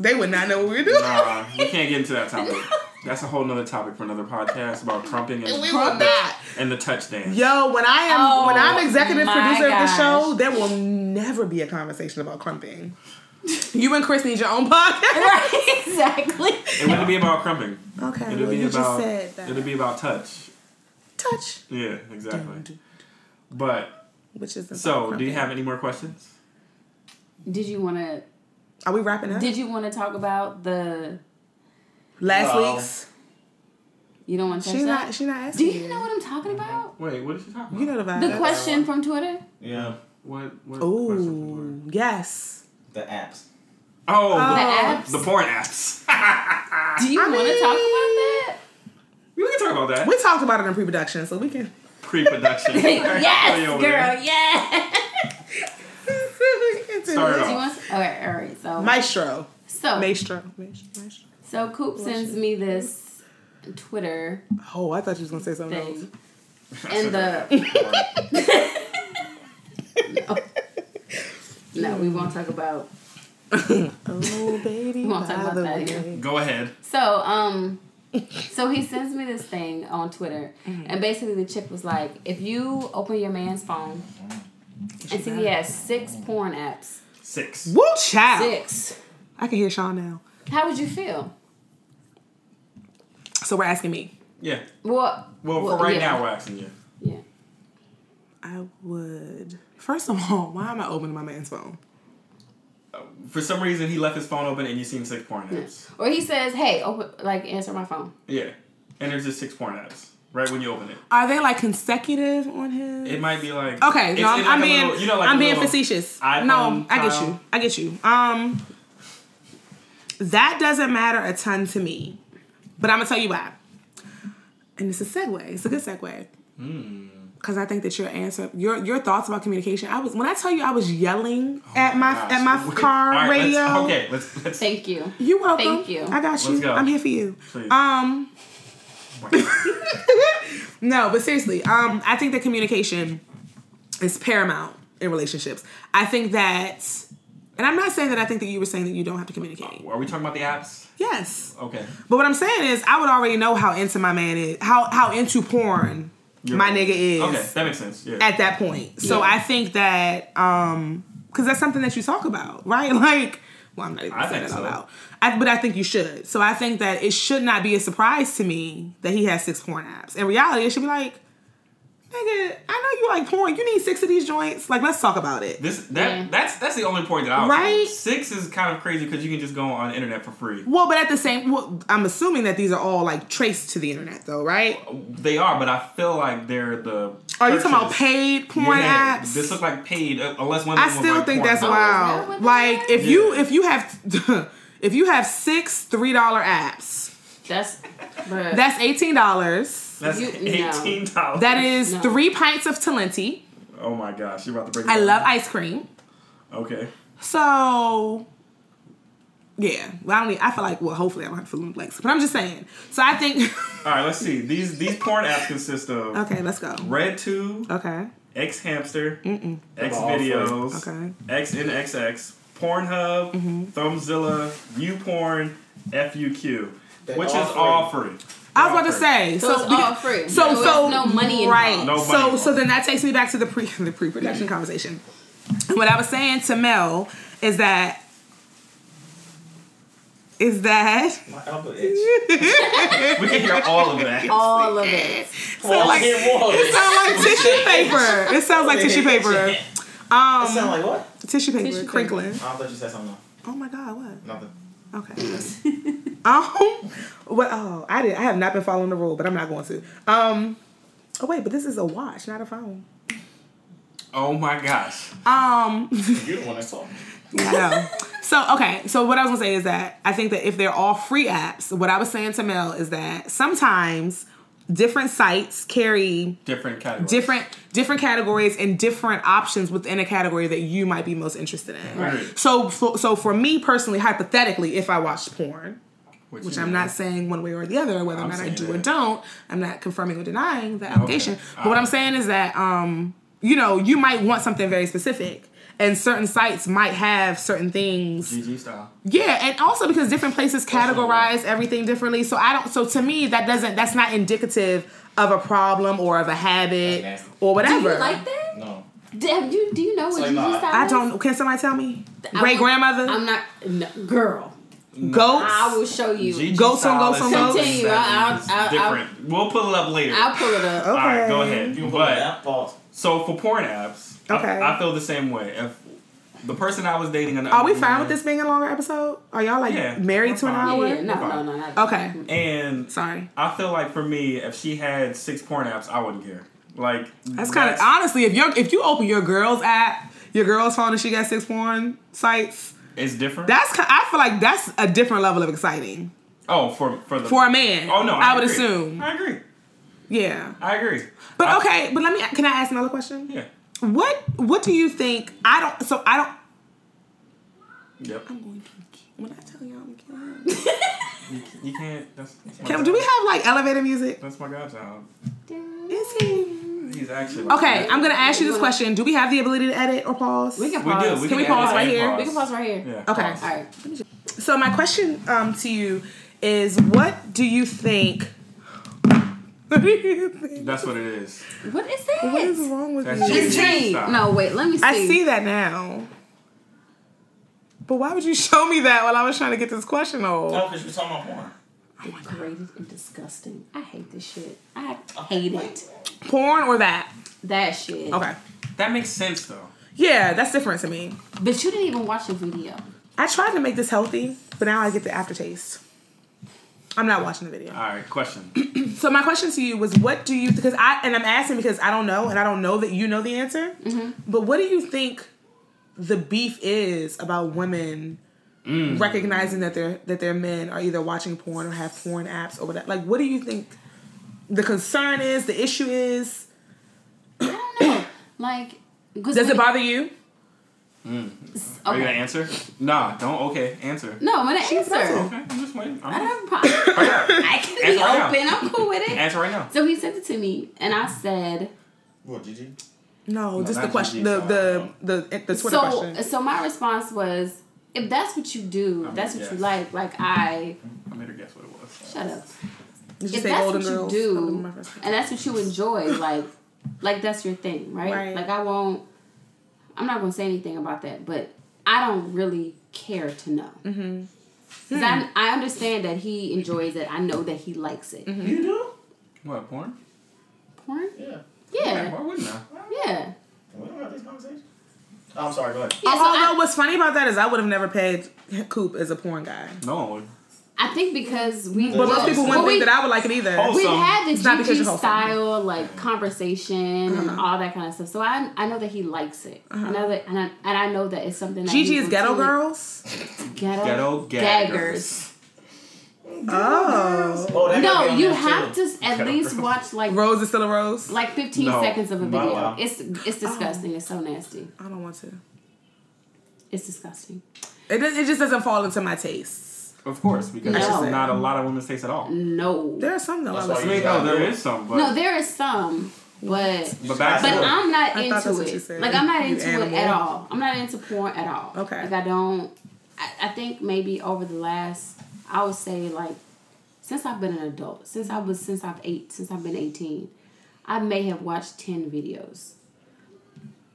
They would not know what we were doing.
nah, we can't get into that topic. That's a whole nother topic for another podcast about crumping and,
We will not.
and the touchdown.
Yo, when I am
Oh,
when I'm executive
my
producer of the
gosh.
show, there will never be a conversation about crumping. you and Chris need your own podcast.
Right, exactly.
It wouldn't be about crumping.
Okay,
It'll
well,
be
you just
about
said that.
it'll be about touch.
touch,
Yeah, exactly. But
which is
so, do you have any more questions?
Did you want to?
Are we wrapping up?
Did you want to talk about the?
Last
No.
week's.
You don't want to touch
She
that.
not. Mm-hmm. She not
Do
asking.
you know what I'm talking about?
Wait, what is she talking about?
You know the vibe.
The question from Twitter.
Yeah.
what? what question from where?
Ooh, yes.
The apps.
Oh,
The
Oh.
apps.
the, the porn apps.
Do you
I
want to
mean-
talk about that?
we can talk about that.
We talked about it in pre-production, so we can.
Pre-production.
oh,
Throw you
yes,
over
girl.
there.
Yes.
we can do
Start it
this.
off.
Do you want? All right. All right. So
Maestro.
so
Maestro. Maestro. Maestro.
so Coop sends me this Twitter
Oh, I thought you was gonna say something else.
thing, and the No, we won't talk about.
Oh, baby.
We won't
by
talk about
the
that
way.
here.
Go ahead.
So, um, so he sends me this thing on Twitter,
Mm-hmm.
and basically the chick was like, "If you open your man's phone and see he has six porn apps,
Six.
Woo, child.
six,
I can hear Sean now.
how would you feel?"
So we're asking me.
Yeah.
Well,
Well,
Well,
for right
yeah.
now, we're asking you.
yeah,
I would. First of all, why am I opening my man's phone?
For some reason, he left his phone open and you seen six porn apps.
or he says, "Hey, open like answer my phone."
Yeah. And there's just six porn apps right when you open it.
Are they like consecutive on his?
It might be like
okay,
it's
no, I'm,
in like
I'm
a
being.
little- you know, like
I'm
a
being
little-
facetious.
iPhone
No, I get
style.
you. I get you. Um, that doesn't matter a ton to me, but I'm gonna tell you why. And it's a segue. It's a good segue.
Hmm.
Because I think that your answer, your your thoughts about communication. I was when I tell you I was yelling at my
Oh Gosh,
at my
wait.
car
All right,
radio.
let's- okay, let's let's.
Thank you.
You welcome.
Thank you.
I got you.
Let's go.
I'm here for you.
Please.
Um, no, but seriously, um, I think that communication is paramount in relationships. I think that, and I'm not saying that I think that you were saying that you don't have to communicate.
Are we talking about the apps?
Yes,
Okay.
but what I'm saying is I would already know how into my man is, how how into porn
You're
my
right.
nigga is
Okay, that makes sense. Yeah.
at that point. So
Yeah.
I think that um because that's something that you talk about, right? Like, well, I'm not even
I
saying
think
that out
so.
loud, I, but I think you should. So I think that it should not be a surprise to me that he has six porn apps. In reality, it should be like, nigga, I know you like porn. You need six of these joints. Like, let's talk about it.
This that
Yeah.
that's that's the only point that I was
Right?
Six is kind of crazy because you can just go on the internet for free.
Well, but at the same, well, I'm assuming that these are all like traced to the internet, though, right?
They are, but I feel like they're the.
Are you talking about
searches-
paid porn
Yeah,
apps?
This look like paid, uh, unless one. Of
I
them was
still
like
think
porn.
that's
Oh,
that
wild.
what
Like
they
if you
Yeah.
if you have if you have six three dollar apps,
That's bruh.
that's eighteen dollars.
That's
You- no.
eighteen dollars.
That is
No.
three pints of Talenti.
Oh my gosh, you're about to break.
I
it
love
down.
ice cream.
Okay.
So yeah, well, I don't. Need, I feel like well, hopefully I don't have to look like. But I'm just saying. So I think.
All right. Let's see. These these porn apps consist of
okay, let's go.
RedTube,
Okay.
X Hamster, X
All free.
Videos,
Okay. Mm-hmm.
XNXX, Pornhub, Thumbzilla, YouPorn, FUQ,
They're
which
all
is
free.
all free.
I was about
All
to
free.
say.
so, it's
we-
all free.
So
There was
so
no money
right.
involved.
No money
so
involved.
so then that takes me back to the pre the pre production conversation. And what I was saying to Mel is that is that
My elbow itch.
We can hear all of that.
All of it.
Well,
like-
get more.
it sounds like tissue paper. It sounds like tissue paper.
It sound
Um,
like what?
tissue paper
Tissue paper.
crinkling.
I thought you said something.
Oh my god, what?
Nothing.
Okay. um, what? Oh, I did. I have not been following the rule, but I'm not going to. Um, oh wait, but this is a watch, not a phone.
Oh my gosh.
Um.
You're the one that saw.
I know. So okay, so what I was gonna say is that I think that if they're all free apps, what I was saying to Mel is that sometimes different sites carry
Different categories.
different different categories and different options within a category that you might be most interested in.
Right.
So so, so for me personally, hypothetically, if I watched porn, which
you
I'm
know.
not saying one way or the other, whether or
I'm
not I
saying
do or
that.
don't, I'm not confirming or denying the allegation. But what I'm saying is that, um, you know, you might want something very specific. And certain sites might have certain things.
GG style.
Yeah, and also because different places categorize everything differently. So I don't so to me that doesn't that's not indicative of a problem or of a habit
That's nasty.
or
Do
whatever.
you like that?
No.
Damn, you do you know what
like
you
not-
just
I don't can somebody tell me?
I
Great
won't- I'm
grandmother?
not no, girl.
Goats?
I will show you.
GG
Go some,
style
go
is
some, go.
something
Continue.
that
I'll-
is
I'll- I'll-
different. we'll pull it up later.
I'll pull it up.
Okay.
All right, go ahead.
You can pull
But-
it out. Pause.
So for porn apps, I-
Okay.
I, feel the same way. If the person I was dating, and
Are we fine with this being a longer episode? Are y'all like
Yeah,
married
we're
to an
fine.
hour?
Yeah, no, no, no, not-
Okay.
And
Sorry.
I feel like for me, if she had six porn apps, I wouldn't care. Like
That's kind of honestly, if you if you open your girl's app, your girl's phone, and she got six porn sites,
It's different.
that's ki- I feel like that's a different level of exciting
oh for for the
for a man.
oh no,
I,
I,
would
agree.
assume,
I agree.
yeah.
I agree.
But
I-
okay, but let me. Can I ask another question?
Yeah.
What What do you think? I don't. So I don't.
Yep.
When I tell y'all, I'm killing. y'all.
You, c- you can't. That's, that's my
Can,
god-
do we have like elevator music?
That's my godchild.
Is he?
He's actually
Okay, I'm gonna ask you this question. Do we have the ability to edit or pause?
We can
We
pause.
do. We
Can we pause
edit
right
and
here?
We can pause right here.
Yeah.
Okay.
pause.
All right.
So my question um, to you is, what do you think? what do you think?
That's what it is.
What is that?
What is wrong with
That's
you?
just-
It's Gene.
Stop.
No, wait. Let me see.
I see that now. But why would you show me that while I was trying to get this question
No,
old?
because you were talking about porn.
Degraded and disgusting. I hate this shit. I hate it.
Porn or that?
That shit.
Okay.
That makes sense though.
Yeah, that's different to me.
But you didn't even watch the video.
I tried to make this healthy, but now I get the aftertaste. I'm not watching the video.
All right. Question.
So my question to you was, what do you? Because I and I'm asking because I don't know, and I don't know that you know the answer.
Mm-hmm.
But what do you think the beef is about women
Mm.
recognizing that their that their men are either watching porn or have porn apps or whatever? Like, what do you think the concern is? The issue is?
I don't know. Like, 'cause
Does
when-
it bother you?
Are you gonna
Okay.
answer? Nah. Don't. Okay. Answer.
No, I'm gonna answer.
Okay. I'm just waiting.
I
I'm
don't
just,
have a problem.
Hurry up.
I can
Answer
be
right
open. I'm cool with it.
Answer right now.
So he sent it to me, and I said,
What, Gigi?
No, just the
that's
question. The
just
the the the Twitter
so
question.
so my response was, if that's what you do,
mean,
that's what
yes.
you like. Like I
I made her guess what it was.
shut up.
You should
if
say
that's
Golden
what
Girls.
you
I'll
do
my first one.
and that's what you enjoy, like like that's your thing, right?
Right.
Like I won't I'm not gonna say anything about that, but I don't really care to know. Mm-hmm. Hmm. I, I understand that he enjoys it. I know that he likes it.
You do?
What porn?
Porn?
Yeah.
Yeah,
Yeah.
why wouldn't I?
Yeah.
We don't have this conversation. Oh, I'm sorry. Go ahead.
Yeah, so
Although
I,
what's funny about that is I would have never pegged Coop as a porn guy.
No one would.
I think because we
But most
Well,
people wouldn't
well,
think
we-
that I would like it either.
Oh,
we
So,
had the
it's not because
GG
you're wholesome. Uh-huh.
style like conversation and all that kind of stuff. So I I know that he likes it. I know that and I, and I know that it's something that
Gigi
he
Uh-huh. is
will
Ghetto
do.
Girls.
Ghetto,
Ghetto
gaggers.
gaggers.
Oh.
Oh, that gotta be
No,
on
you
there,
have
too.
to at
Ghetto
least
Girls.
watch like
Rose is still a rose.
like 15
No,
seconds of a
my
video.
wow.
It's it's disgusting. It's so nasty.
I don't want to.
It's disgusting.
It, does- it just doesn't fall into my tastes.
Of course, because
No.
there's not a lot of women's taste at all.
No.
There are some though. I
That's
would
why
I
say.
mean, no, there is some, but
no, there is some, but
but back
but
to it.
I'm not
I thought that's
into
what you
it.
said.
Like I'm not
You
into it
animal.
at all. I'm not into porn at all.
Okay.
Like I don't. I, I think maybe over the last, I would say like, since I've been an adult, since I was since I've eight, since I've been eighteen, I may have watched ten videos,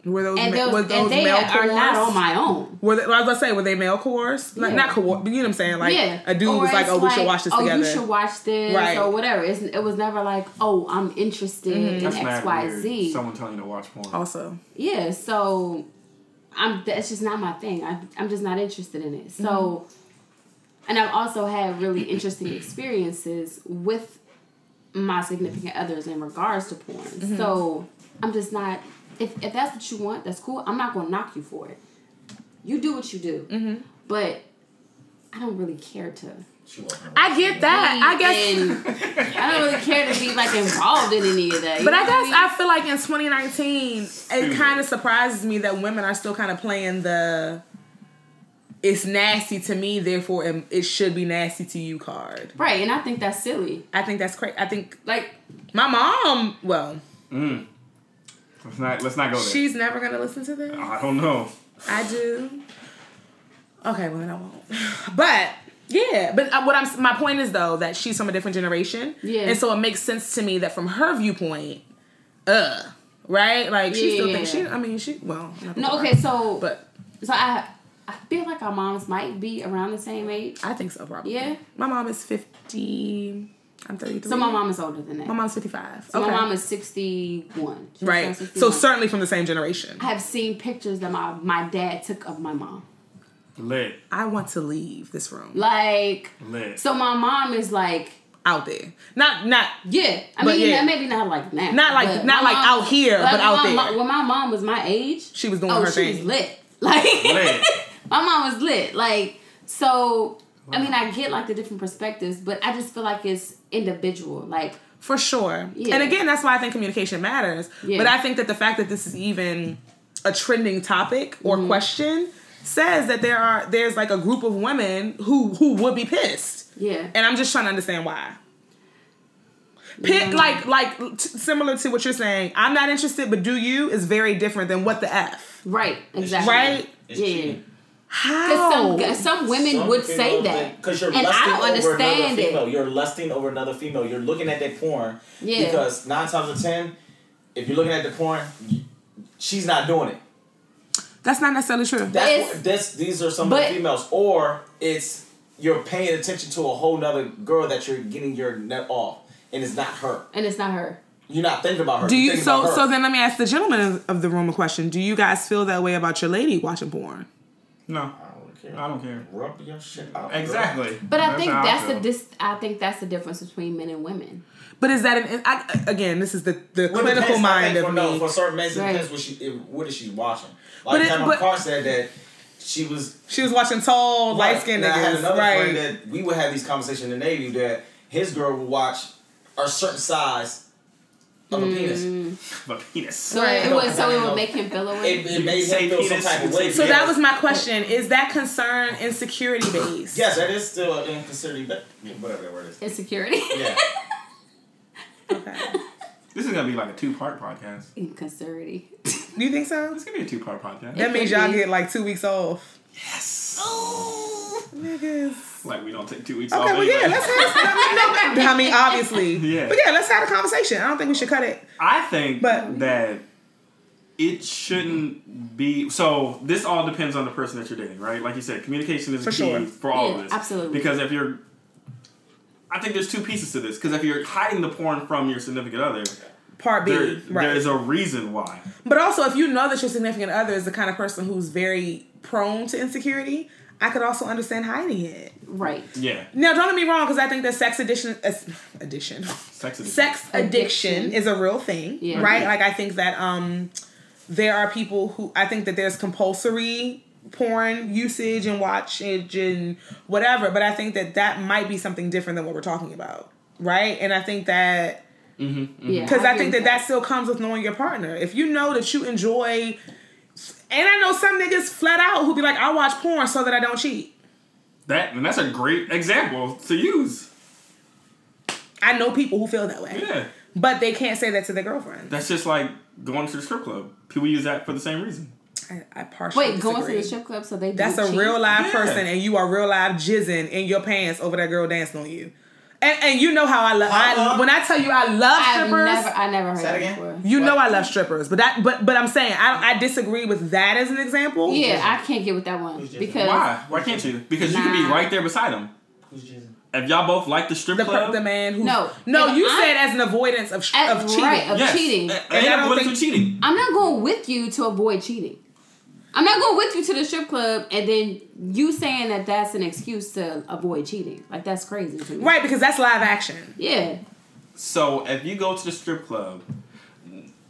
Were those,
and
ma-
those,
were those
and they
male
are not
coerced?
on my own.
Were they, well, I was gonna say, were they male coerced? Like,
Yeah.
Not coerced, but you know what I'm saying? Like,
yeah,
a dude
Or
was like,
it's
oh, we should watch this
oh,
together.
you should watch this,
Right. Mm-hmm.
or whatever. It's, it was never like, oh, I'm interested in
That's
X,
mad
Y,
weird,
Z.
Someone telling you to watch porn.
Also,
yeah so i'm that's just not my thing I, i'm just not interested in it so and i've also had really interesting experiences with my significant others in regards to porn so i'm just not if, if that's what you want that's cool i'm not gonna knock you for it you do what you do but i don't really care to
She wasn't around.
I get that. I guess,
And i don't really care to be like involved in any of that you
but I
know what
guess I feel like in 2019, it kind of surprises me that women are still kind of playing the "it's nasty to me, therefore it- it should be nasty to you" card.
right and i think that's silly
I think that's crazy. I think
like
my mom. Well,
Mm. Let's not let's not go there.
she's never gonna listen to this.
I don't know.
I do. Okay, well then I won't. But yeah, but uh, what I'm s- my point is though that she's from a different generation,
Yeah.
and so it makes sense to me that from her viewpoint, uh, right? Like she still
Yeah.
thinks she. I mean, she. Well, I'm not gonna
no
lie.
okay so
but
So I I feel like our moms might be around the same age.
I think so probably.
Yeah.
my mom is fifty. I'm thirty three.
So my mom is older than that.
My mom's fifty five.
so my mom is sixty one.
right. So certainly from the same generation.
I have seen pictures that my my dad took of my mom.
Lit,
I want to leave this room
Like
lit.
so my mom is like
out there. Not not
yeah.
But
I mean
yeah.
yeah, maybe not like now.
Not like-
but
not
my
like out here, but
when
out
my
there.
Mom, when my mom was my age,
She was doing
oh,
her
she
thing.
was lit. Like
Lit.
my mom was lit. Like so. I mean, I get like the different perspectives, but I just feel like it's individual. Like
For sure.
Yeah.
And again, that's why I think communication matters.
Yeah.
But I think that the fact that this is even a trending topic or
Mm-hmm.
question says that there are there's like a group of women who who would be pissed.
yeah.
And I'm just trying to understand why.
Mm.
Pit, like like t- similar to what you're saying, I'm not interested, but do you is very different than what the f,
Right, exactly.
right?
It's
Yeah.
cheating.
How?
Because some, some women would say that.
because you're
and I
lusting
don't
over another
understand it.
female. You're lusting over another female. You're looking at that porn
Yeah.
because nine times out of ten, if you're looking at the porn, you- she's not doing it.
That's not necessarily true.
That's
It's-
what, that's these are some
but-
of the females, or it's you're paying attention to a whole nother girl that you're getting your net off, and it's not her.
And it's not her.
You're not thinking about her.
Do
you're
you
thinking
so
about
so
her.
then let me ask the gentleman of, of the room a question. Do you guys feel that way about your lady watching porn?
No,
I don't care.
I don't care.
Rub your shit out. girl.
Exactly.
But I think
how
that's
feel.
the dis- I think that's the difference between men and women.
But is that an I, again? This is the the
Well, it
critical
depends, I
mind
think,
of
for,
me.
No, for certain men, it
Right.
depends what she if, what is she watching.
But
Like
it-
Cameron
but-
Carr said that she was
she was watching tall, light skinned
And I had
niggas,
another
right?
friend that we would have these conversations in the Navy that his girl would watch a certain size of a penis.
Mm.
It,
But penis.
So it
Right.
would so it
No.
would make him feel away.
it made
say
him feel some
penis,
type of
you
way.
say-
so that
because-
was my question: Is that concern insecurity based?
yes, that is still an inconsiderate, but yeah, whatever that word is.
Insecurity.
Yeah,
Okay.
This is gonna be like a two-part podcast.
Inconcerity.
You think so?
It's gonna be a two-part podcast.
That means y'all get like two weeks off.
Yes.
Niggas. weeks.
Like we don't take two weeks
Okay,
Oh,
off.
well, yeah,
anyway.
let's have. no, no, I mean, obviously,
Yeah.
but yeah, let's have a conversation. I don't think we should cut it.
I think
But-
that it shouldn't be. So this all depends on the person that you're dating, right? Like you said, communication is
For
key
sure.
for all
Yeah,
of this.
absolutely.
Because if you're, I think there's two pieces to this. Because if you're hiding the porn from your significant other,
Part B,
there,
right?
there is a reason why.
But also, if you know that your significant other is the kind of person who's very prone to insecurity, I could also understand hiding it.
Right.
Mm-hmm.
Yeah,
Now, don't get me wrong, because I think that sex addiction, uh, addiction,
sex. addiction.
sex addiction is a real thing,
Yeah.
right? Like, I think that um, there are people who I think that there's compulsory porn usage and watchage and whatever, but I think that that might be something different than what we're talking about, right? And I think that.
Yeah.
Because I,
agree
think
with
that that still comes with knowing your partner. If you know that you enjoy, and I know some niggas flat out who be like, I watch porn so that I don't cheat.
That and that's a great example to use.
I know people who feel that way,
Yeah,
but they can't say that to their girlfriend.
that's just like going to the strip club. People use that for the same reason.
I, I partially
Wait, going to the
disagree.
strip club so they
That's
do
a
cheat?
real live
Yeah.
person, and you are real live jizzing in your pants over that girl dancing on you. And, and you know how I love. I,
Uh-uh.
when I tell you I love
I've
strippers,
never, I never heard
that
that
again?
before.
you know
What?
I love strippers. But that, but but I'm saying I, I disagree with that as an example.
Yeah, I can't get with that one
Who's jizzing?
because
Why? Why can't you? Because you can be
Nah.
right there beside them.
Who's jizzing?
If y'all both like the strip
the, per-
club,
the man who
No.
no
If
you
I'm-
said as an avoidance of sh-
At-
of cheating
right, of-
yes.
cheating.
A-
And
And,
I
I'm
don't
going
think-
to cheating.
I'm not going with you to avoid cheating. I'm not going with you to the strip club and then you saying that that's an excuse to avoid cheating. Like that's crazy to me.
right because that's live action
Yeah.
So if you go to the strip club,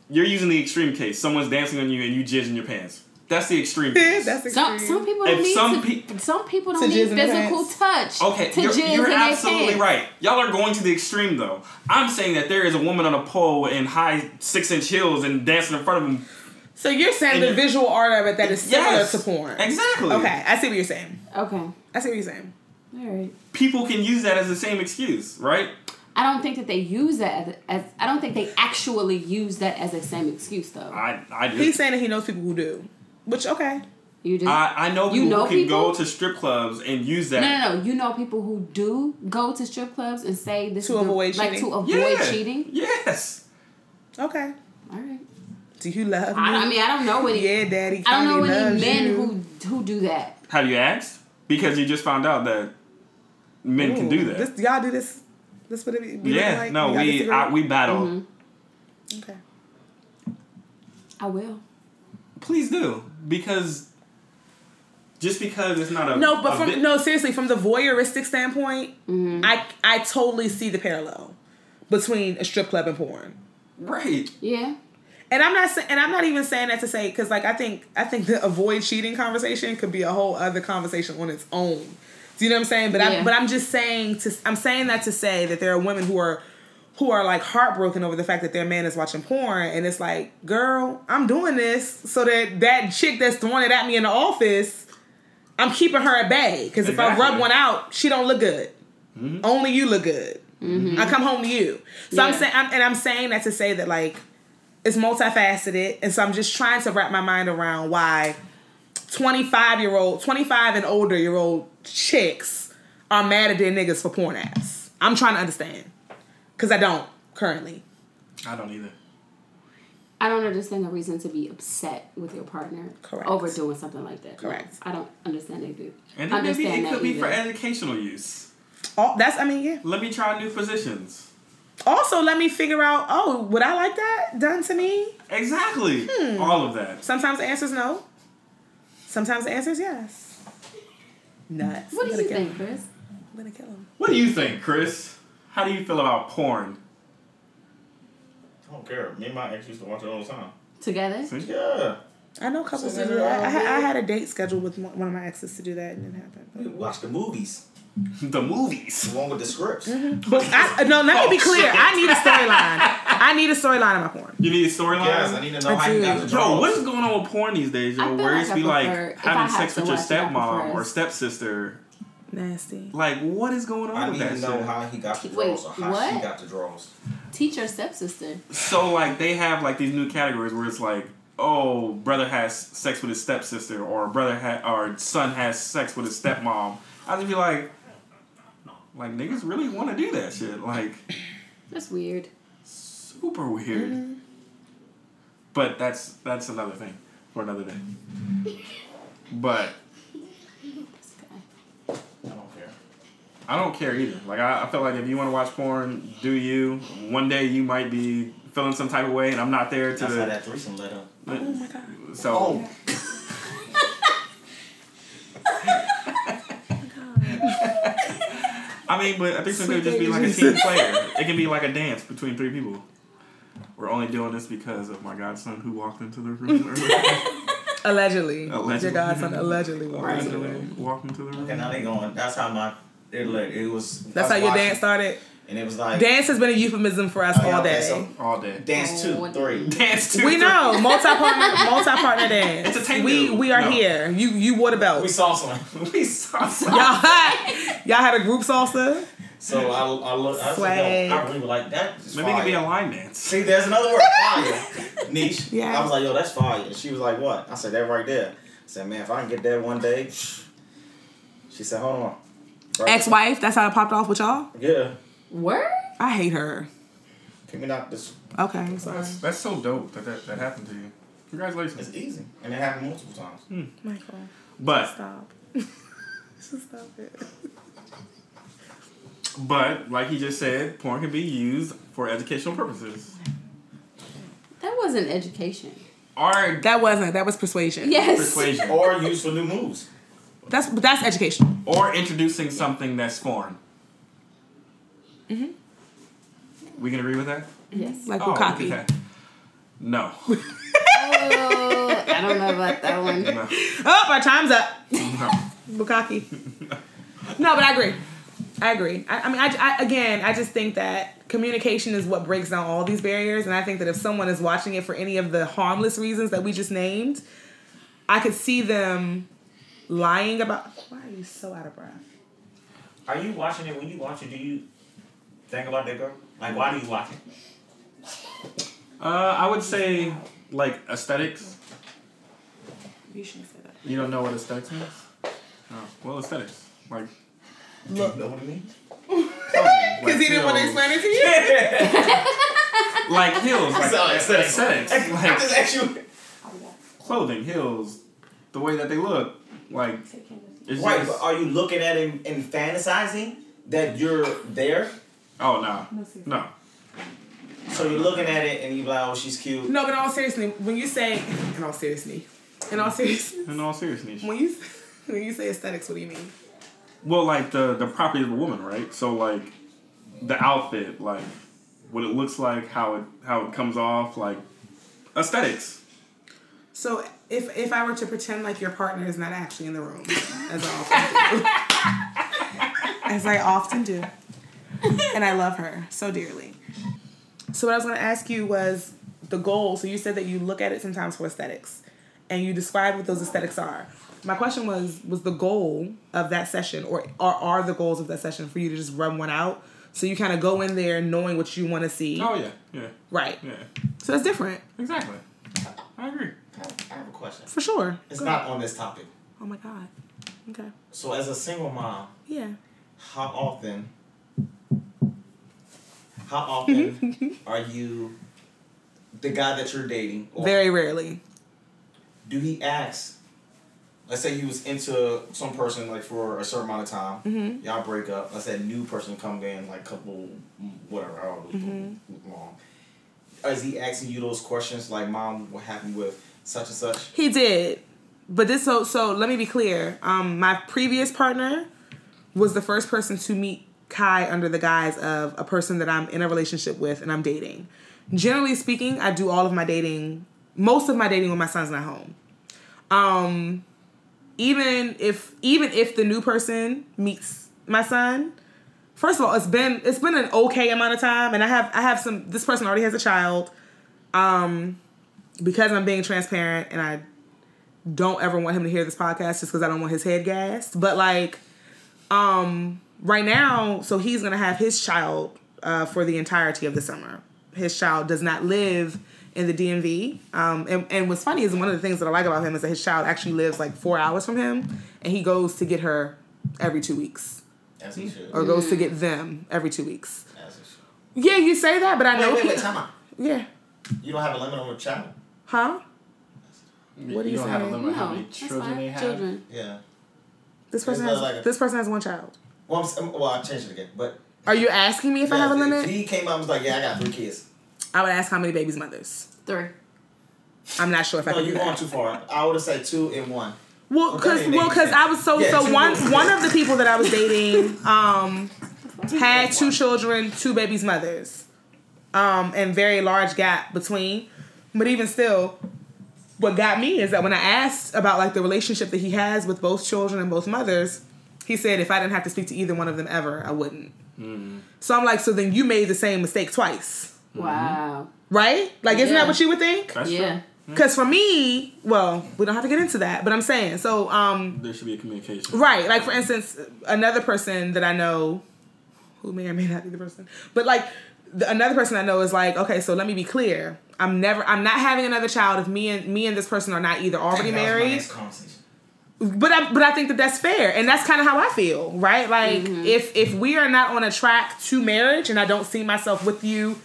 you're using the extreme case. Someone's dancing on you and you jizz in your pants. That's the extreme case.
that's
Some
extreme.
some people don't
If
need
some
to,
pe-
some people don't
To
need
jizz in their
physical touch.
Okay,
to
you're,
jizz
you're
in their
absolutely
pants.
right. Y'all are going to the extreme though. I'm saying that there is a woman on a pole in high six inch heels and dancing in front of them.
so you're saying
And
the
you're-
visual art of it that is similar
Yes,
to porn
Exactly.
okay i see what you're saying
Okay. All
i see what you're saying
right.
People can use that as the same excuse, right?
I don't think that they use that as, as I don't think they actually use that as a same excuse though.
I I do.
he's saying that he knows people who do which okay
You do.
I, I know people
You know
who can
people?
go to strip clubs and use that.
No, no, no. You know people who do go to strip clubs and say this
To
is the-
avoid
like
cheating.
to avoid
Yeah.
cheating.
Yes.
okay
All right.
do you love me
I, I mean, I don't know any.
yeah daddy
I don't know
Connie
any
loves
men
you.
who who do that.
Have you asked? Because you just found out that men can do that.
This- y'all do this this what it be, be
yeah,
looking like?
no,
Y'all
we
disagree?
I, we battle.
okay
I will.
Please do because just because it's not a
No,
a
but from
bit-
no, seriously, from the voyeuristic standpoint, I I totally see the parallel between a strip club and porn.
right
Yeah.
And I'm not saying, and I'm not even saying that to say because like I think I think the avoid cheating conversation could be a whole other conversation on its own. Do you know what I'm saying? But
Yeah.
I'm but I'm just saying to I'm saying that to say that there are women who are who are like heartbroken over the fact that their man is watching porn and it's like, girl, I'm doing this so that that chick that's throwing it at me in the office, I'm keeping her at bay because if I rub
Exactly.
one out, she don't look good. Only you look good. I come home to you. So I'm
Yeah.
saying, I'm, and I'm saying that to say that like it's multifaceted, and so I'm just trying to wrap my mind around why 25 year old, 25 and older year old chicks are mad at their niggas for porn apps. I'm trying to understand because I don't currently.
I don't either.
I don't understand the reason to be upset with your partner
Correct.
over doing something like that. No,
Correct.
I don't understand that. Either.
And then maybe
understand
it
that
could be for
either.
educational use.
Oh, that's I mean yeah.
Let me try new positions.
Also, let me figure out. Oh, would I like that done to me?
Exactly. All of that.
Sometimes the answer is no. Sometimes the answer is yes. Nuts.
What
I'm
do
gonna
you
kill-
think, Chris?
I'm gonna kill him.
What do you think, Chris? How do you feel about porn?
I don't care. Me and my ex used to watch it all the time.
Together?
See?
Yeah.
I know couples
So
who do
then
that. I, ha-
I'll
I
be-
had a date scheduled with one one of my exes to do that and it
We
happened.
watched the movies.
The movies.
Along with the scripts.
But I, no, let
Oh,
me be clear. I need a storyline. I need a storyline in my porn.
You need a storyline?
Yes, I need to know
I
how
do.
you got the
Yo,
draws.
what's going on with porn these days,
I
yo?
feel
Where
like
it's
I
be like
prefer- if I
having
have
sex
to
with your
watch it, I
stepmom
prefer
or
it.
stepsister.
Nasty.
Like, what is going on
I
with
need
that
to know
shit?
how he got the
Wait,
draws or how
what?
she got the draws.
Teach your stepsister.
So, like, they have like these new categories where it's like, oh, brother has sex with his stepsister, or brother ha- or son has sex with his stepmom. I just be like, Like niggas really want to do that shit. Like
That's weird.
super weird.
Mm-hmm.
But that's that's another thing for another day. But
This guy.
I don't care.
I don't care either. Like I, I feel like if you want to watch porn, do you? One day you might be feeling some type of way, and I'm not there to.
That's how that threesome led up.
oh my god. So.
Oh,
I mean, but I think sometimes it could just be like a team player. It can be like a dance between three people. We're only doing this because of my godson who walked into the room earlier.
Allegedly.
Allegedly.
Your godson allegedly walked into the room.
walked into the
and now
room.
they going. That's how my it looked. It was. I
That's how
was
your
watching,
dance started.
And it was like
Dance has been a euphemism for us
oh, yeah,
all
okay,
day.
so
All day.
dance
Oh.
two, three.
Dance two.
we
three.
know multi partner, multi partner dance.
It's a tango.
We we are
No.
here. You you wore the belt.
We saw some.
We saw some.
y'all had, y'all had a group salsa.
So I, I look. I, said,
Swag.
yo, I really like that. is
Maybe it could be a
fire.
line dance.
See, there's another word. Fire. Niche.
Yeah.
I was like, yo, that's fire. And she was like, what? I said, that right there. I said, man, if I can get that one day. She said, hold on. Right.
Ex wife. That's how it popped off with y'all.
Yeah.
Word?
I hate her.
Can we not? This
Okay, I'm sorry.
That's, that's so dope that, that that happened to you.
It's
Congratulations.
easy. And it happened multiple times.
Michael,
But
stop. stop it.
but like he just said, porn can be used for educational purposes.
That wasn't education.
Our
That wasn't. That was persuasion.
Yes.
persuasion
Or used for new moves.
That's but that's educational.
or introducing something that's foreign. Mm-hmm. We can agree with that. Oh,
Yes.
Like we copy.
okay. No.
Oh, I don't know about that one.
No.
Oh, our time's up.
No.
Bukaki. no, but I agree. I agree. I, I mean, I, I- again, I just think that communication is what breaks down all these barriers, and I think that if someone is watching it for any of the harmless reasons that we just named, I could see them lying about. Why are you so out of breath?
Are you watching it? When you watch it, do you think about that girl? Like, why do you watch it?
Uh, I would say like aesthetics.
You shouldn't say that.
You don't know what aesthetics means? Oh, well, aesthetics. Like.
Look. You know what I mean?
Because he didn't want to explain it to you.
Like hills, like
So, aesthetics.
aesthetics,
I just
like
asked you.
clothing, hills, the way that they look, like it's
Right,
just-
but are you looking at him and fantasizing that you're there?
oh no, no,
So you're looking at it and you're like, oh, she's cute.
No, but in all seriously, when you say, in all seriously, in all seriousness,
in all seriousness.
when you when you say aesthetics, what do you mean?
Well, like the the property of a woman, right? So like the outfit, like what it looks like, how it how it comes off, like aesthetics.
So if if I were to pretend like your partner is not actually in the room, as I often do, as I often do, and I love her so dearly. So what I was going to ask you was the goal. So you said that you look at it sometimes for aesthetics, and you describe what those aesthetics are. My question was was the goal of that session, or or are the goals of that session for you to just run one out? So you kind of go in there knowing what you want to see,
Oh yeah, yeah,
right?
yeah,
So that's different
exactly. I agree.
I have a question.
for sure.
It's
Go
not
ahead.
on this topic.
Oh my god. Okay.
So as a single mom,
Yeah.
how often, how often are you the guy that you're dating? Or
Very rarely.
do he ask? Let's say he was into some person like for a certain amount of time.
Mm-hmm.
Y'all break up. Let's say a new person come in like couple whatever however long.
Mm-hmm.
Is he asking you those questions like, "Mom, what happened with such and such?"
He did. But this so so let me be clear. Um my previous partner was the first person to meet Kai under the guise of a person that I'm in a relationship with and I'm dating. Generally speaking, I do all of my dating, most of my dating when my son's not home. Um even if even if the new person meets my son, first of all, it's been it's been an okay amount of time and I have I have some this person already has a child. Um, because I'm being transparent and I don't ever want him to hear this podcast just because I don't want his head gassed. But like, um, right now, so he's gonna have his child uh, for the entirety of the summer. His child does not live in the DMV. Um, and, and what's funny is one of the things that I like about him is that his child actually lives like four hours from him, and he goes to get her every two weeks
As he should.
or goes to get them every two weeks.
As he should.
Yeah, you say that, but I know.
Wait, wait, wait,
people-
time out.
yeah.
You don't have a limit on the child?
Huh?
What
do
you
you
don't have a
say?
limit
No,
on how many
that's
children they
fine.
have.
Children.
Yeah.
This person
It's
has
not like a-
this person has one child.
Well, I'm, s- I'm- well, I changed it again. But
Are you asking me if I have a
Yeah,
limit?
If he came out and was like, yeah, I got three kids.
I would ask how many babies mothers.
Three.
I'm not sure if I
No,
can do
you're going
that.
too far. I would have said two and one.
Well,
Okay,
cause
that
well,
makes
cause
sense.
I was so
Yeah,
so
two
one
mothers.
one of the people that I was dating um had two children, two babies' mothers, um, and very large gap between. But even still, what got me is that when I asked about like the relationship that he has with both children and both mothers, he said if I didn't have to speak to either one of them ever, I wouldn't.
Mm.
So I'm like, so then you made the same mistake twice,
Wow.
right? Like, isn't
Yeah.
that what you would think?
That's
yeah.
true.
Because for me, well, we don't have to get into that, but I'm saying, so, um,
There should be a communication.
right, like for instance, another person that I know, who may or may not be the person, but like the, another person I know is like, okay, so let me be clear. I'm never, I'm not having another child if me and me and this person are not either already
That was my
married.
next conversation.
But I, but I think that that's fair, and that's kind of how I feel, right? Like if if we are not on a track to marriage, and I don't see myself with you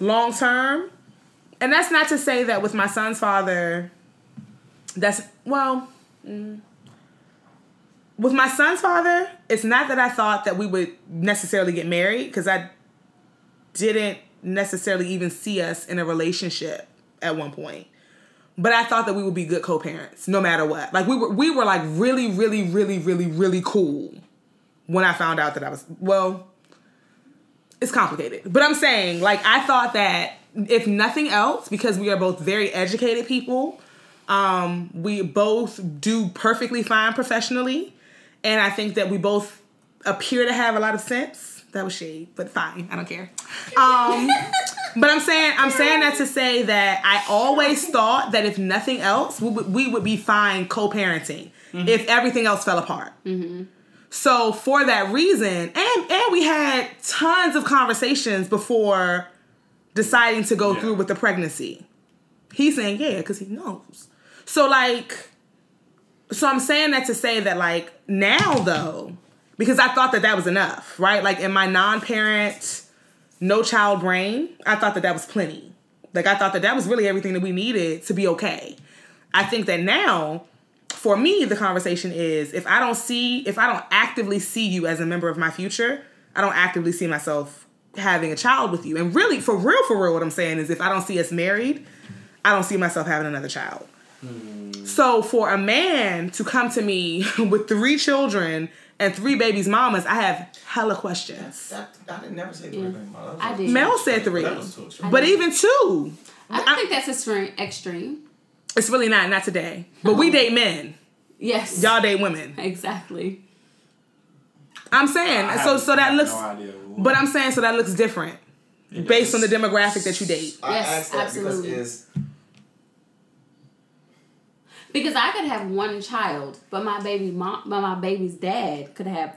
long term, and that's not to say that with my son's father, that's well, mm. with my son's father, it's not that I thought that we would necessarily get married because I didn't necessarily even see us in a relationship at one point but I thought that we would be good co-parents no matter what. Like we were we were like really really really really really cool when I found out that I was well it's complicated. But I'm saying like I thought that if nothing else because we are both very educated people um we both do perfectly fine professionally and I think that we both appear to have a lot of sense. That was shade, but fine. I don't care. Um But I'm saying I'm saying that to say that I always thought that if nothing else, we would, we would be fine co-parenting if everything else fell apart. So for that reason, and and we had tons of conversations before deciding to go
Yeah.
through with the pregnancy. He's saying yeah because he knows. So like, so I'm saying that to say that like now though, because I thought that that was enough, right? Like in my non-parent no child brain, I thought that that was plenty. Like I thought that that was really everything that we needed to be okay. I think that now, for me, the conversation is if I don't see, if I don't actively see you as a member of my future, I don't actively see myself having a child with you. And really, for real, for real, what I'm saying is if I don't see us married, I don't see myself having another child.
Hmm.
So for a man to come to me with three children and three babies' mamas, I have hella questions.
That, I didn't never say three. Yeah.
I did.
Mel said three.
That was too extreme.
But even two,
I don't think that's extreme. extreme.
it's really not. Not today. But we date men.
Yes.
Y'all date women.
Exactly.
I'm saying.
I
so
have
so that
no
looks.
idea what-
But I'm saying so that looks different based on the demographic that you date.
I
Yes,
asked that
absolutely.
because it's
Because I could have one child, but my baby mom, but my baby's dad could have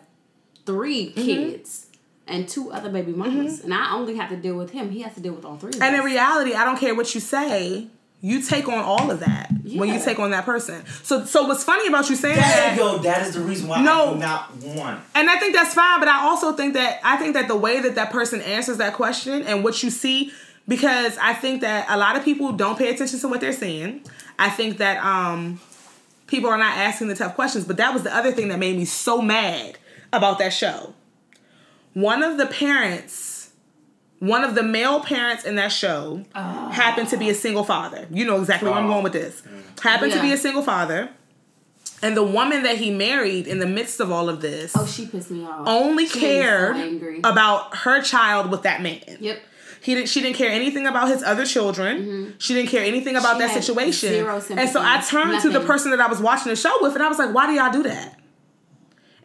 3
Mm-hmm.
kids and two other baby mamas, and I only have to deal with him. He has to deal with all three. of
And
us.
in reality, I don't care what you say. You take on all of that when you
Yeah.
take on that person. So so what's funny about you saying
there
that?
you go. That is the reason why
No.
I do not one.
And I think that's fine, but I also think that I think that the way that that person answers that question and what you see, because I think that a lot of people don't pay attention to what they're saying. I think that um, people are not asking the tough questions, but that was the other thing that made me so mad about that show. One of the parents, one of the male parents in that show,
Oh.
happened to be a single father. You know exactly where I'm going with this. Happened to be
Yeah.
a single father. And the woman that he married in the midst of all of this
oh, she pissed me off.
only
She made me so
cared
angry.
about her child with that man.
Yep. Mm-hmm.
He didn't, she didn't care anything about his other children. She didn't care anything about
She
that
had
situation.
zero
and so I
sympathy,
turned to the
nothing.
person that I was watching the show with and I was like, why do y'all do that?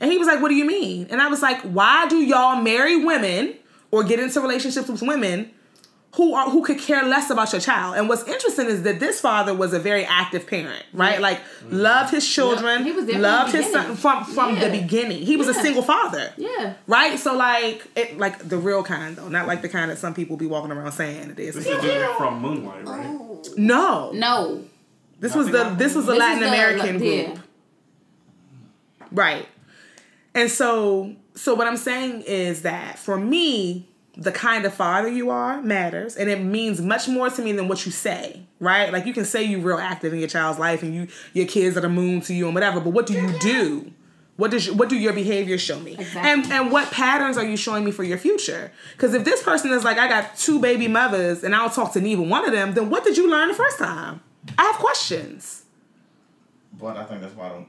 And he was like, what do you mean? And I was like, why do y'all marry women or get into relationships with women who are who could care less about your child? And what's interesting is that this father was a very active parent, right? Like loved his children,
Yep. He was there from the
loved his son
beginning.
from from the
Yeah.
beginning. He was a
Yeah.
single father
Yeah.
right? So like it like the real kind though, not like the kind that some people be walking around saying it
This
is.
is the dude from Moonlight, right?
Oh.
No,
No.
this was the this was the
This is
Latin
the-
American
yeah.
group, right? And so so what I'm saying is that for me, the kind of father you are matters, and it means much more to me than what you say, right? Like you can say you're real active in your child's life, and you your kids are the moon to you, and whatever. But what do you do? What does what do your behaviors show me?
Exactly.
And and what patterns are you showing me for your future? Because if this person is like, I got two baby mothers, and I don't talk to neither one of them, then what did you learn the first time? I have questions.
But I think that's why I don't.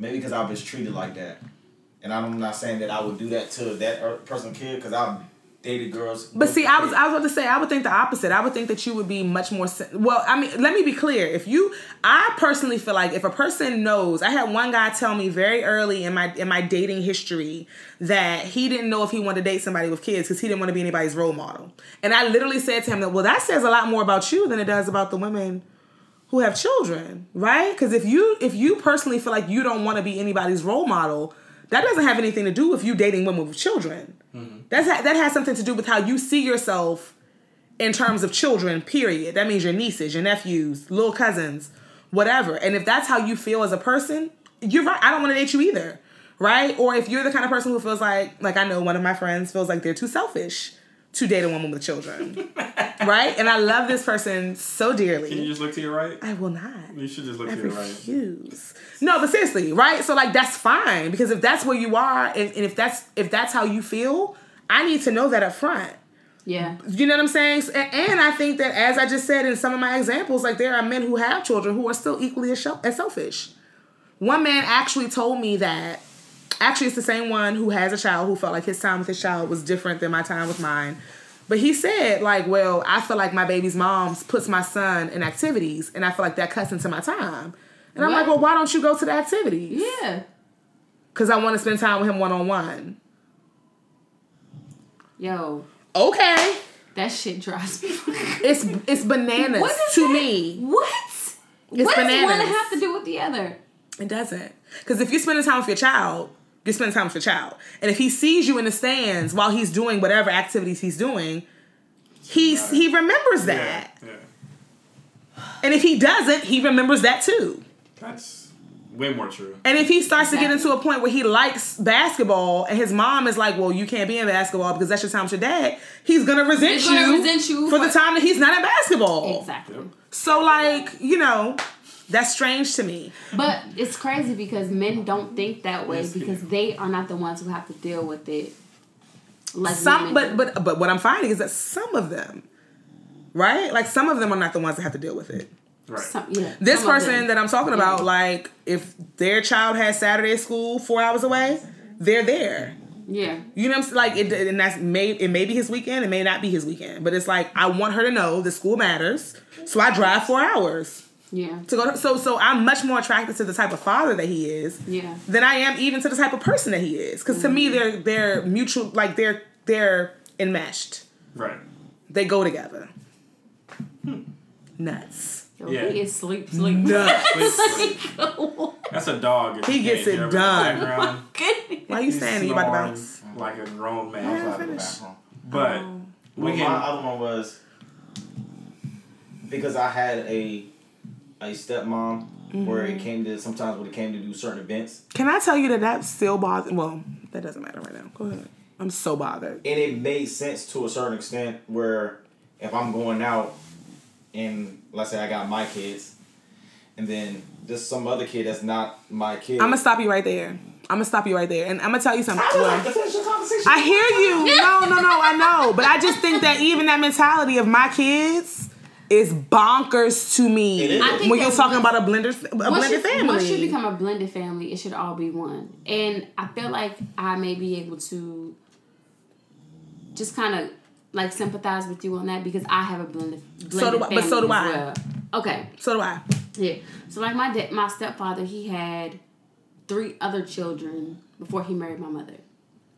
Maybe because I was treated like that, and I'm not saying that I would do that to that er- person kid because I dated girls.
But see, I was I was about to say I would think the opposite. I would think that you would be much more sen- well. I mean, let me be clear. If you, I personally feel like if a person knows, I had one guy tell me very early in my in my dating history that he didn't know if he wanted to date somebody with kids because he didn't want to be anybody's role model. And I literally said to him that, well, that says a lot more about you than it does about the women who have children, right? Because if you if you personally feel like you don't want to be anybody's role model, that doesn't have anything to do with you dating women with children. That's ha- that has something to do with how you see yourself in terms of children. Period. That means your nieces, your nephews, little cousins, whatever. And if that's how you feel as a person, you're right. I don't want to date you either, right? Or if you're the kind of person who feels like like I know one of my friends feels like they're too selfish to date a woman with children, right? And I love this person so dearly.
Can you just look to your right?
I will not.
You should just look
I
to your right.
refuse. No, but seriously, right? So like that's fine because if that's where you are and, and if that's if that's how you feel, I need to know that up front.
Yeah.
You know what I'm saying? So- And, and I think that as I just said in some of my examples, like there are men who have children who are still equally as, shel- as selfish. One man actually told me that actually it's the same one who has a child who felt like his time with his child was different than my time with mine. But he said, like, well, I feel like my baby's mom puts my son in activities, and I feel like that cuts into my time. And I'm
What?
like, well, why don't you go to the activities?
Yeah.
Because I want to spend time with him one on one.
Yo,
Okay,
that shit drives me.
it's it's bananas
What is
to
that?
me.
What?
It's
what does one
bananas.
have to do with the other?
It doesn't. Because if you're spending time with your child, you're spending time with your child. And if he sees you in the stands while he's doing whatever activities he's doing, he's, he remembers
Yeah,
that.
yeah.
And if he doesn't, he remembers that too.
That's way more true.
And if he starts to get
Exactly.
into a point where he likes basketball and his mom is like, well, you can't be in basketball because that's your time with your dad, he's going to resent
He's gonna
you
resent you
for the
for-
time that he's not in basketball.
Exactly.
Yep.
So, like, you know, that's strange to me.
But it's crazy because men don't think that way because they are not the ones who have to deal with it. Like
some
women
but
do.
but but what i'm finding is that some of them right like some of them are not the ones that have to deal with it
Right.
Some- yeah,
this
some of
person
them.
that i'm talking about like if their child has saturday school four hours away they're there
yeah
you know what i'm s- like it, and that's may it may be his weekend it may not be his weekend but it's like i want her to know the school matters so i drive four hours
yeah
to go to, so so i'm much more attracted to the type of father that he is
yeah
than I am even to the type of person that he is. Because to me,
Mm-hmm.
they're they're mutual, like they're they're enmeshed.
Right.
They go together. Nuts.
Yo,
Yeah.
he is sleep sleep.
Nuts.
Please. That's a dog. if
He
you
gets
can't
it
hear him in the
done.
background.
Why you
He's
standing? You about to
snoring
bounce?
Like a grown
I was
man.
out of the
finish.
bathroom.
But we
Oh.
Well,
can.
my other one was because I had a a stepmom where
Mm-hmm.
it came to sometimes when it came to do certain events,
Can I tell you that that still bothers? Well, that doesn't matter right now. Go ahead. I'm so bothered.
and it made sense to a certain extent where if I'm going out and let's say I got my kids and then there's some other kid that's not my kid.
I'm gonna stop you right there. I'm gonna stop you right there, and I'm gonna tell you something.
I would like
Well,
to finish your conversation.
I hear you. No, no, no. I know, but I just think that even that mentality of my kids is bonkers to
It
me.
is. I
think
When
that
you're talking about a blender, a
Once
blended
you-
family.
Once you become a blended family, it should all be one. And I feel like I may be able to just kind of like sympathize with you on that because I have a blended, blended
do I-
family
but so do
as
I.
well. Okay.
So do I.
Yeah. So like my da- my stepfather, he had three other children before he married my mother.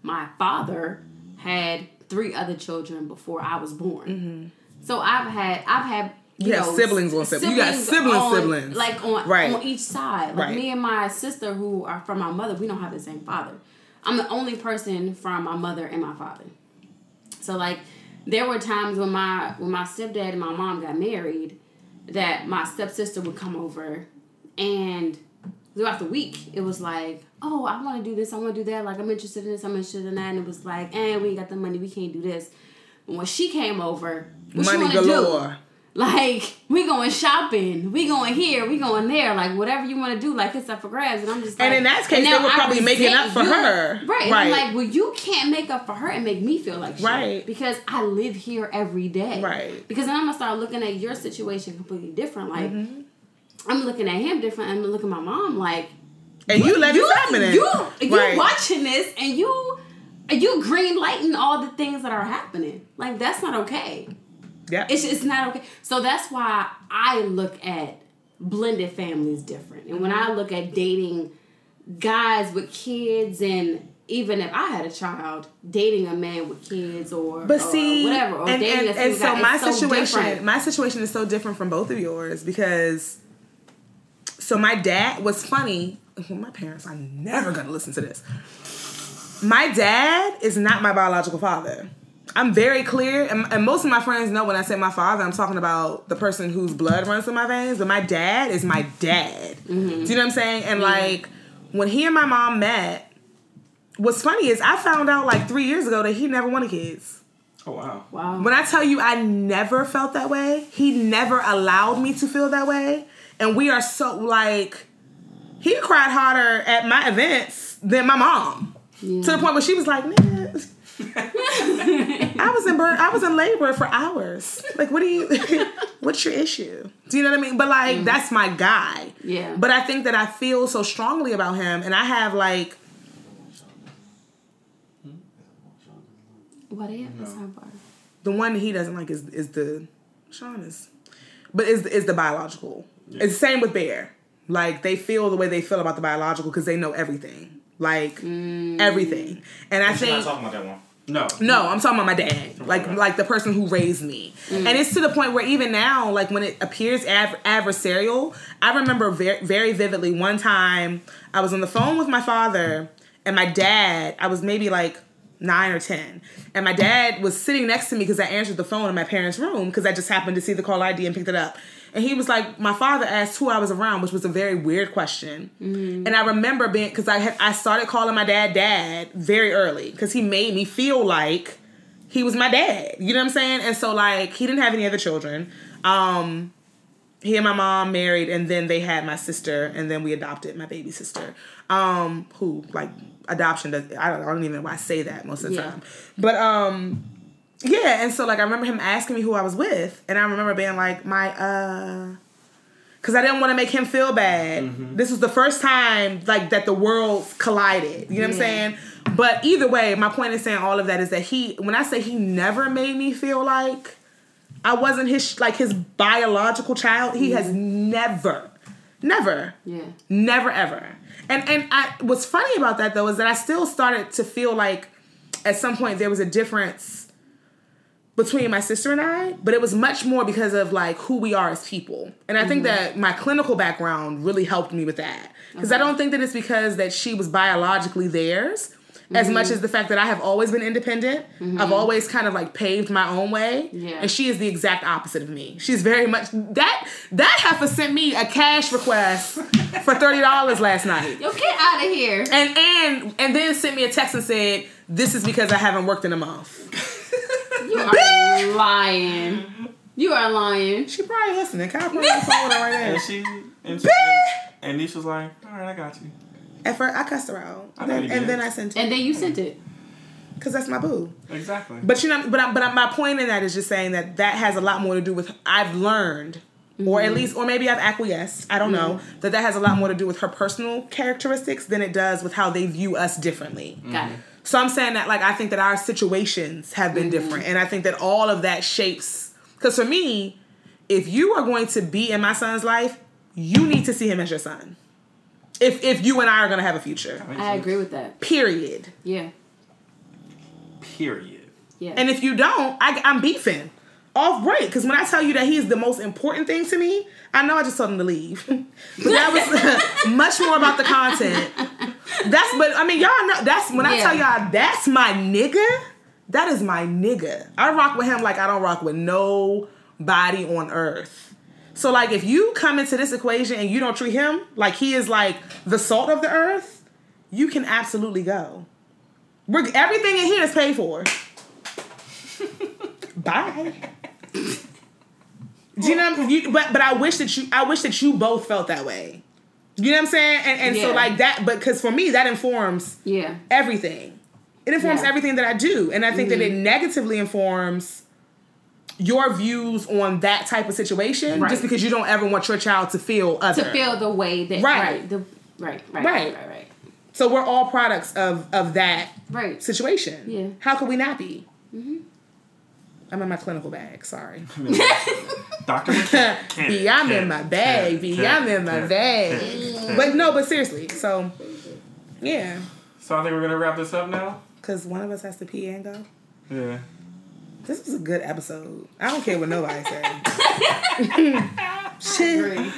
My father had three other children before I was born. So I've had I've had you,
have
know,
Mm-hmm. siblings on sibling- you got sibling
on-
siblings.
like on
Right.
on each side. Like
Right.
me and my sister who are from my mother, we don't have the same father. I'm the only person from my mother and my father. So like there were times when my when my stepdad and my mom got married that my stepsister would come over and throughout the week, it was like, oh, I want to do this, I want to do that. Like, I'm interested in this, I'm interested in that. And it was like, eh, we ain't got the money, we can't do this. And when she came over, what she
Money
want to do?
galore.
Like, we going shopping, we going here, we going there. Like, whatever you want to do, like, it's up for grabs. And I'm just like,
And in that case,
and
they
now
were
I
probably making
resent
up for
you.
her.
Right. And I'm
Right.
like, well, you can't make up for her and make me feel like shit.
Right.
Because I live here every day.
Right.
Because then I'm going to start looking at your situation completely different. Like,
Mm-hmm.
I'm looking at him different. I'm looking at my mom like,
And you, let
you,
it happen. then.
you, you
Right.
watching this and you, you green lighting all the things that are happening. Like, that's not okay.
Yep.
It's it's not okay. So that's why I look at blended families different. And when I
Mm-hmm.
look at dating guys with kids and even if I had a child, dating a man with kids or,
But
or
see,
whatever, or
and,
dating
and,
a
and
single
so
guy,
my
it's so
situation,
different.
my situation is so different from both of yours because, so my dad was funny. Well, my parents are never gonna listen to this. My dad is not my biological father. I'm very clear, and, and most of my friends know when I say my father, I'm talking about the person whose blood runs through my veins. But my dad is my dad.
Mm-hmm.
Do you know what I'm saying? And like when he and my mom met, what's funny is I found out like three years ago that he never wanted kids.
Oh wow.
wow.
When I tell you I never felt that way, he never allowed me to feel that way. And we are so like he cried harder at my events than my mom. To the point where she was like, "Nigga, I was in birth, I was in labor for hours. Like, what do you? what's your issue? Do you know what I mean? But like, that's my guy.
Yeah.
But I think that I feel so strongly about him, and I have like
what if it's not bar?
the one he doesn't like is is the Sean is, but is is the biological. It's the same with Bear. Like they feel the way they feel about the biological because they know everything, like everything. And I
She's not
think
talking about that one.
No.
no, I'm talking about my dad, like like the person who raised me. And it's to the point where even now, like when it appears ad- adversarial, I remember very very vividly one time I was on the phone with my father and my dad. I was maybe like nine or ten, and my dad was sitting next to me because I answered the phone in my parents' room because I just happened to see the call ID and picked it up. And he was like, my father asked who I was around, which was a very weird question. And I remember being because I had I started calling my dad dad very early because he made me feel like he was my dad. You know what I'm saying? And so like he didn't have any other children. Um, he and my mom married, and then they had my sister, and then we adopted my baby sister. Um, who like adoption? Does, I don't I don't even know why I say that most of the
Yeah.
time, but um. Yeah, and so like I remember him asking me who I was with, and I remember being like my uh because I didn't want to make him feel bad. This was the first time like that the worlds collided. You know what I'm saying? But either way, my point in saying all of that is that he, when I say he never made me feel like I wasn't his like his biological child, he has never, never,
Yeah.
never ever. And and I what's funny about that though is that I still started to feel like at some point there was a difference between my sister and I, but it was much more because of like who we are as people. And I think that my clinical background really helped me with that. Because I don't think that it's because that she was biologically theirs. As much as the fact that I have always been independent, I've always kind of like paved my own way,
Yeah.
and she is the exact opposite of me. She's very much that that heifer sent me a cash request for thirty dollars last night,
Yo, get out of here.
and and and then sent me a text and said, "This is because I haven't worked in a month."
You are lying. You are lying.
She probably listening. Can I put her on the phone with her right now?
And she and, she,
Bitch!
and Nisha's like, all right, I got you.
At first, I cussed her out,
I know
and,
you
and
did.
then I sent it
And then you sent it.
because that's my boo.
Exactly.
But you know, but I, but I, my point in that is just saying that that has a lot more to do with I've learned, or at least, or maybe I've acquiesced. I don't know that that has a lot more to do with her personal characteristics than it does with how they view us differently.
Got it.
So I'm saying that like I think that our situations have been different, and I think that all of that shapes. Because for me, if you are going to be in my son's life, you need to see him as your son. If if you and I are going to have a future,
I agree with that.
period.
Yeah.
Period.
Yeah.
And if you don't, I, I'm beefing off break. Because when I tell you that he's the most important thing to me, I know I just told him to leave. but that was much more about the content. That's, but I mean, y'all know, that's when I
Yeah.
tell y'all, that's my nigga. That is my nigga. I rock with him like I don't rock with nobody on earth. So like if you come into this equation and you don't treat him like he is like the salt of the earth, you can absolutely go. We're, everything in here is paid for. Bye. Do you know? what I'm- You, but but I wish that you I wish that you both felt that way. You know what I'm saying? And and so
Yeah.
like that, but because for me that informs
Yeah.
everything. It informs
Yeah. Mm-hmm.
everything that I do. And I think that it negatively informs your views on that type of situation
Right.
just because you don't ever want your child to feel other.
To feel the way that
Right.
right, the right, right,
Right.
right, right, right.
so we're all products of of that
Right.
situation.
Yeah.
How could we not be? I'm in my clinical bag. Sorry.
Doctor McKay.
Be I'm in my bag. Be I'm in my bag. But no, but seriously. So, yeah.
So I think we're gonna wrap this up now.
Because one of us has to pee and go.
Yeah.
This was a good episode. I don't care what nobody says. Shit.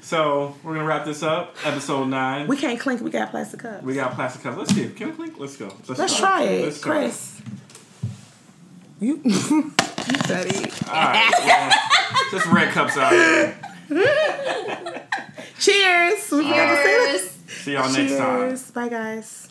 So we're gonna wrap this up. Episode nine.
We
We,
can't clink. We got plastic cups.
got plastic cups. Let's see. Can we clink? Let's go.
Let's try it,
Let's try it.
Chris. You, you study.
All right. well, just red cups out. Here.
Cheers. We forgot to say that.
Cheers.
See y'all next time.
Cheers. Bye, guys.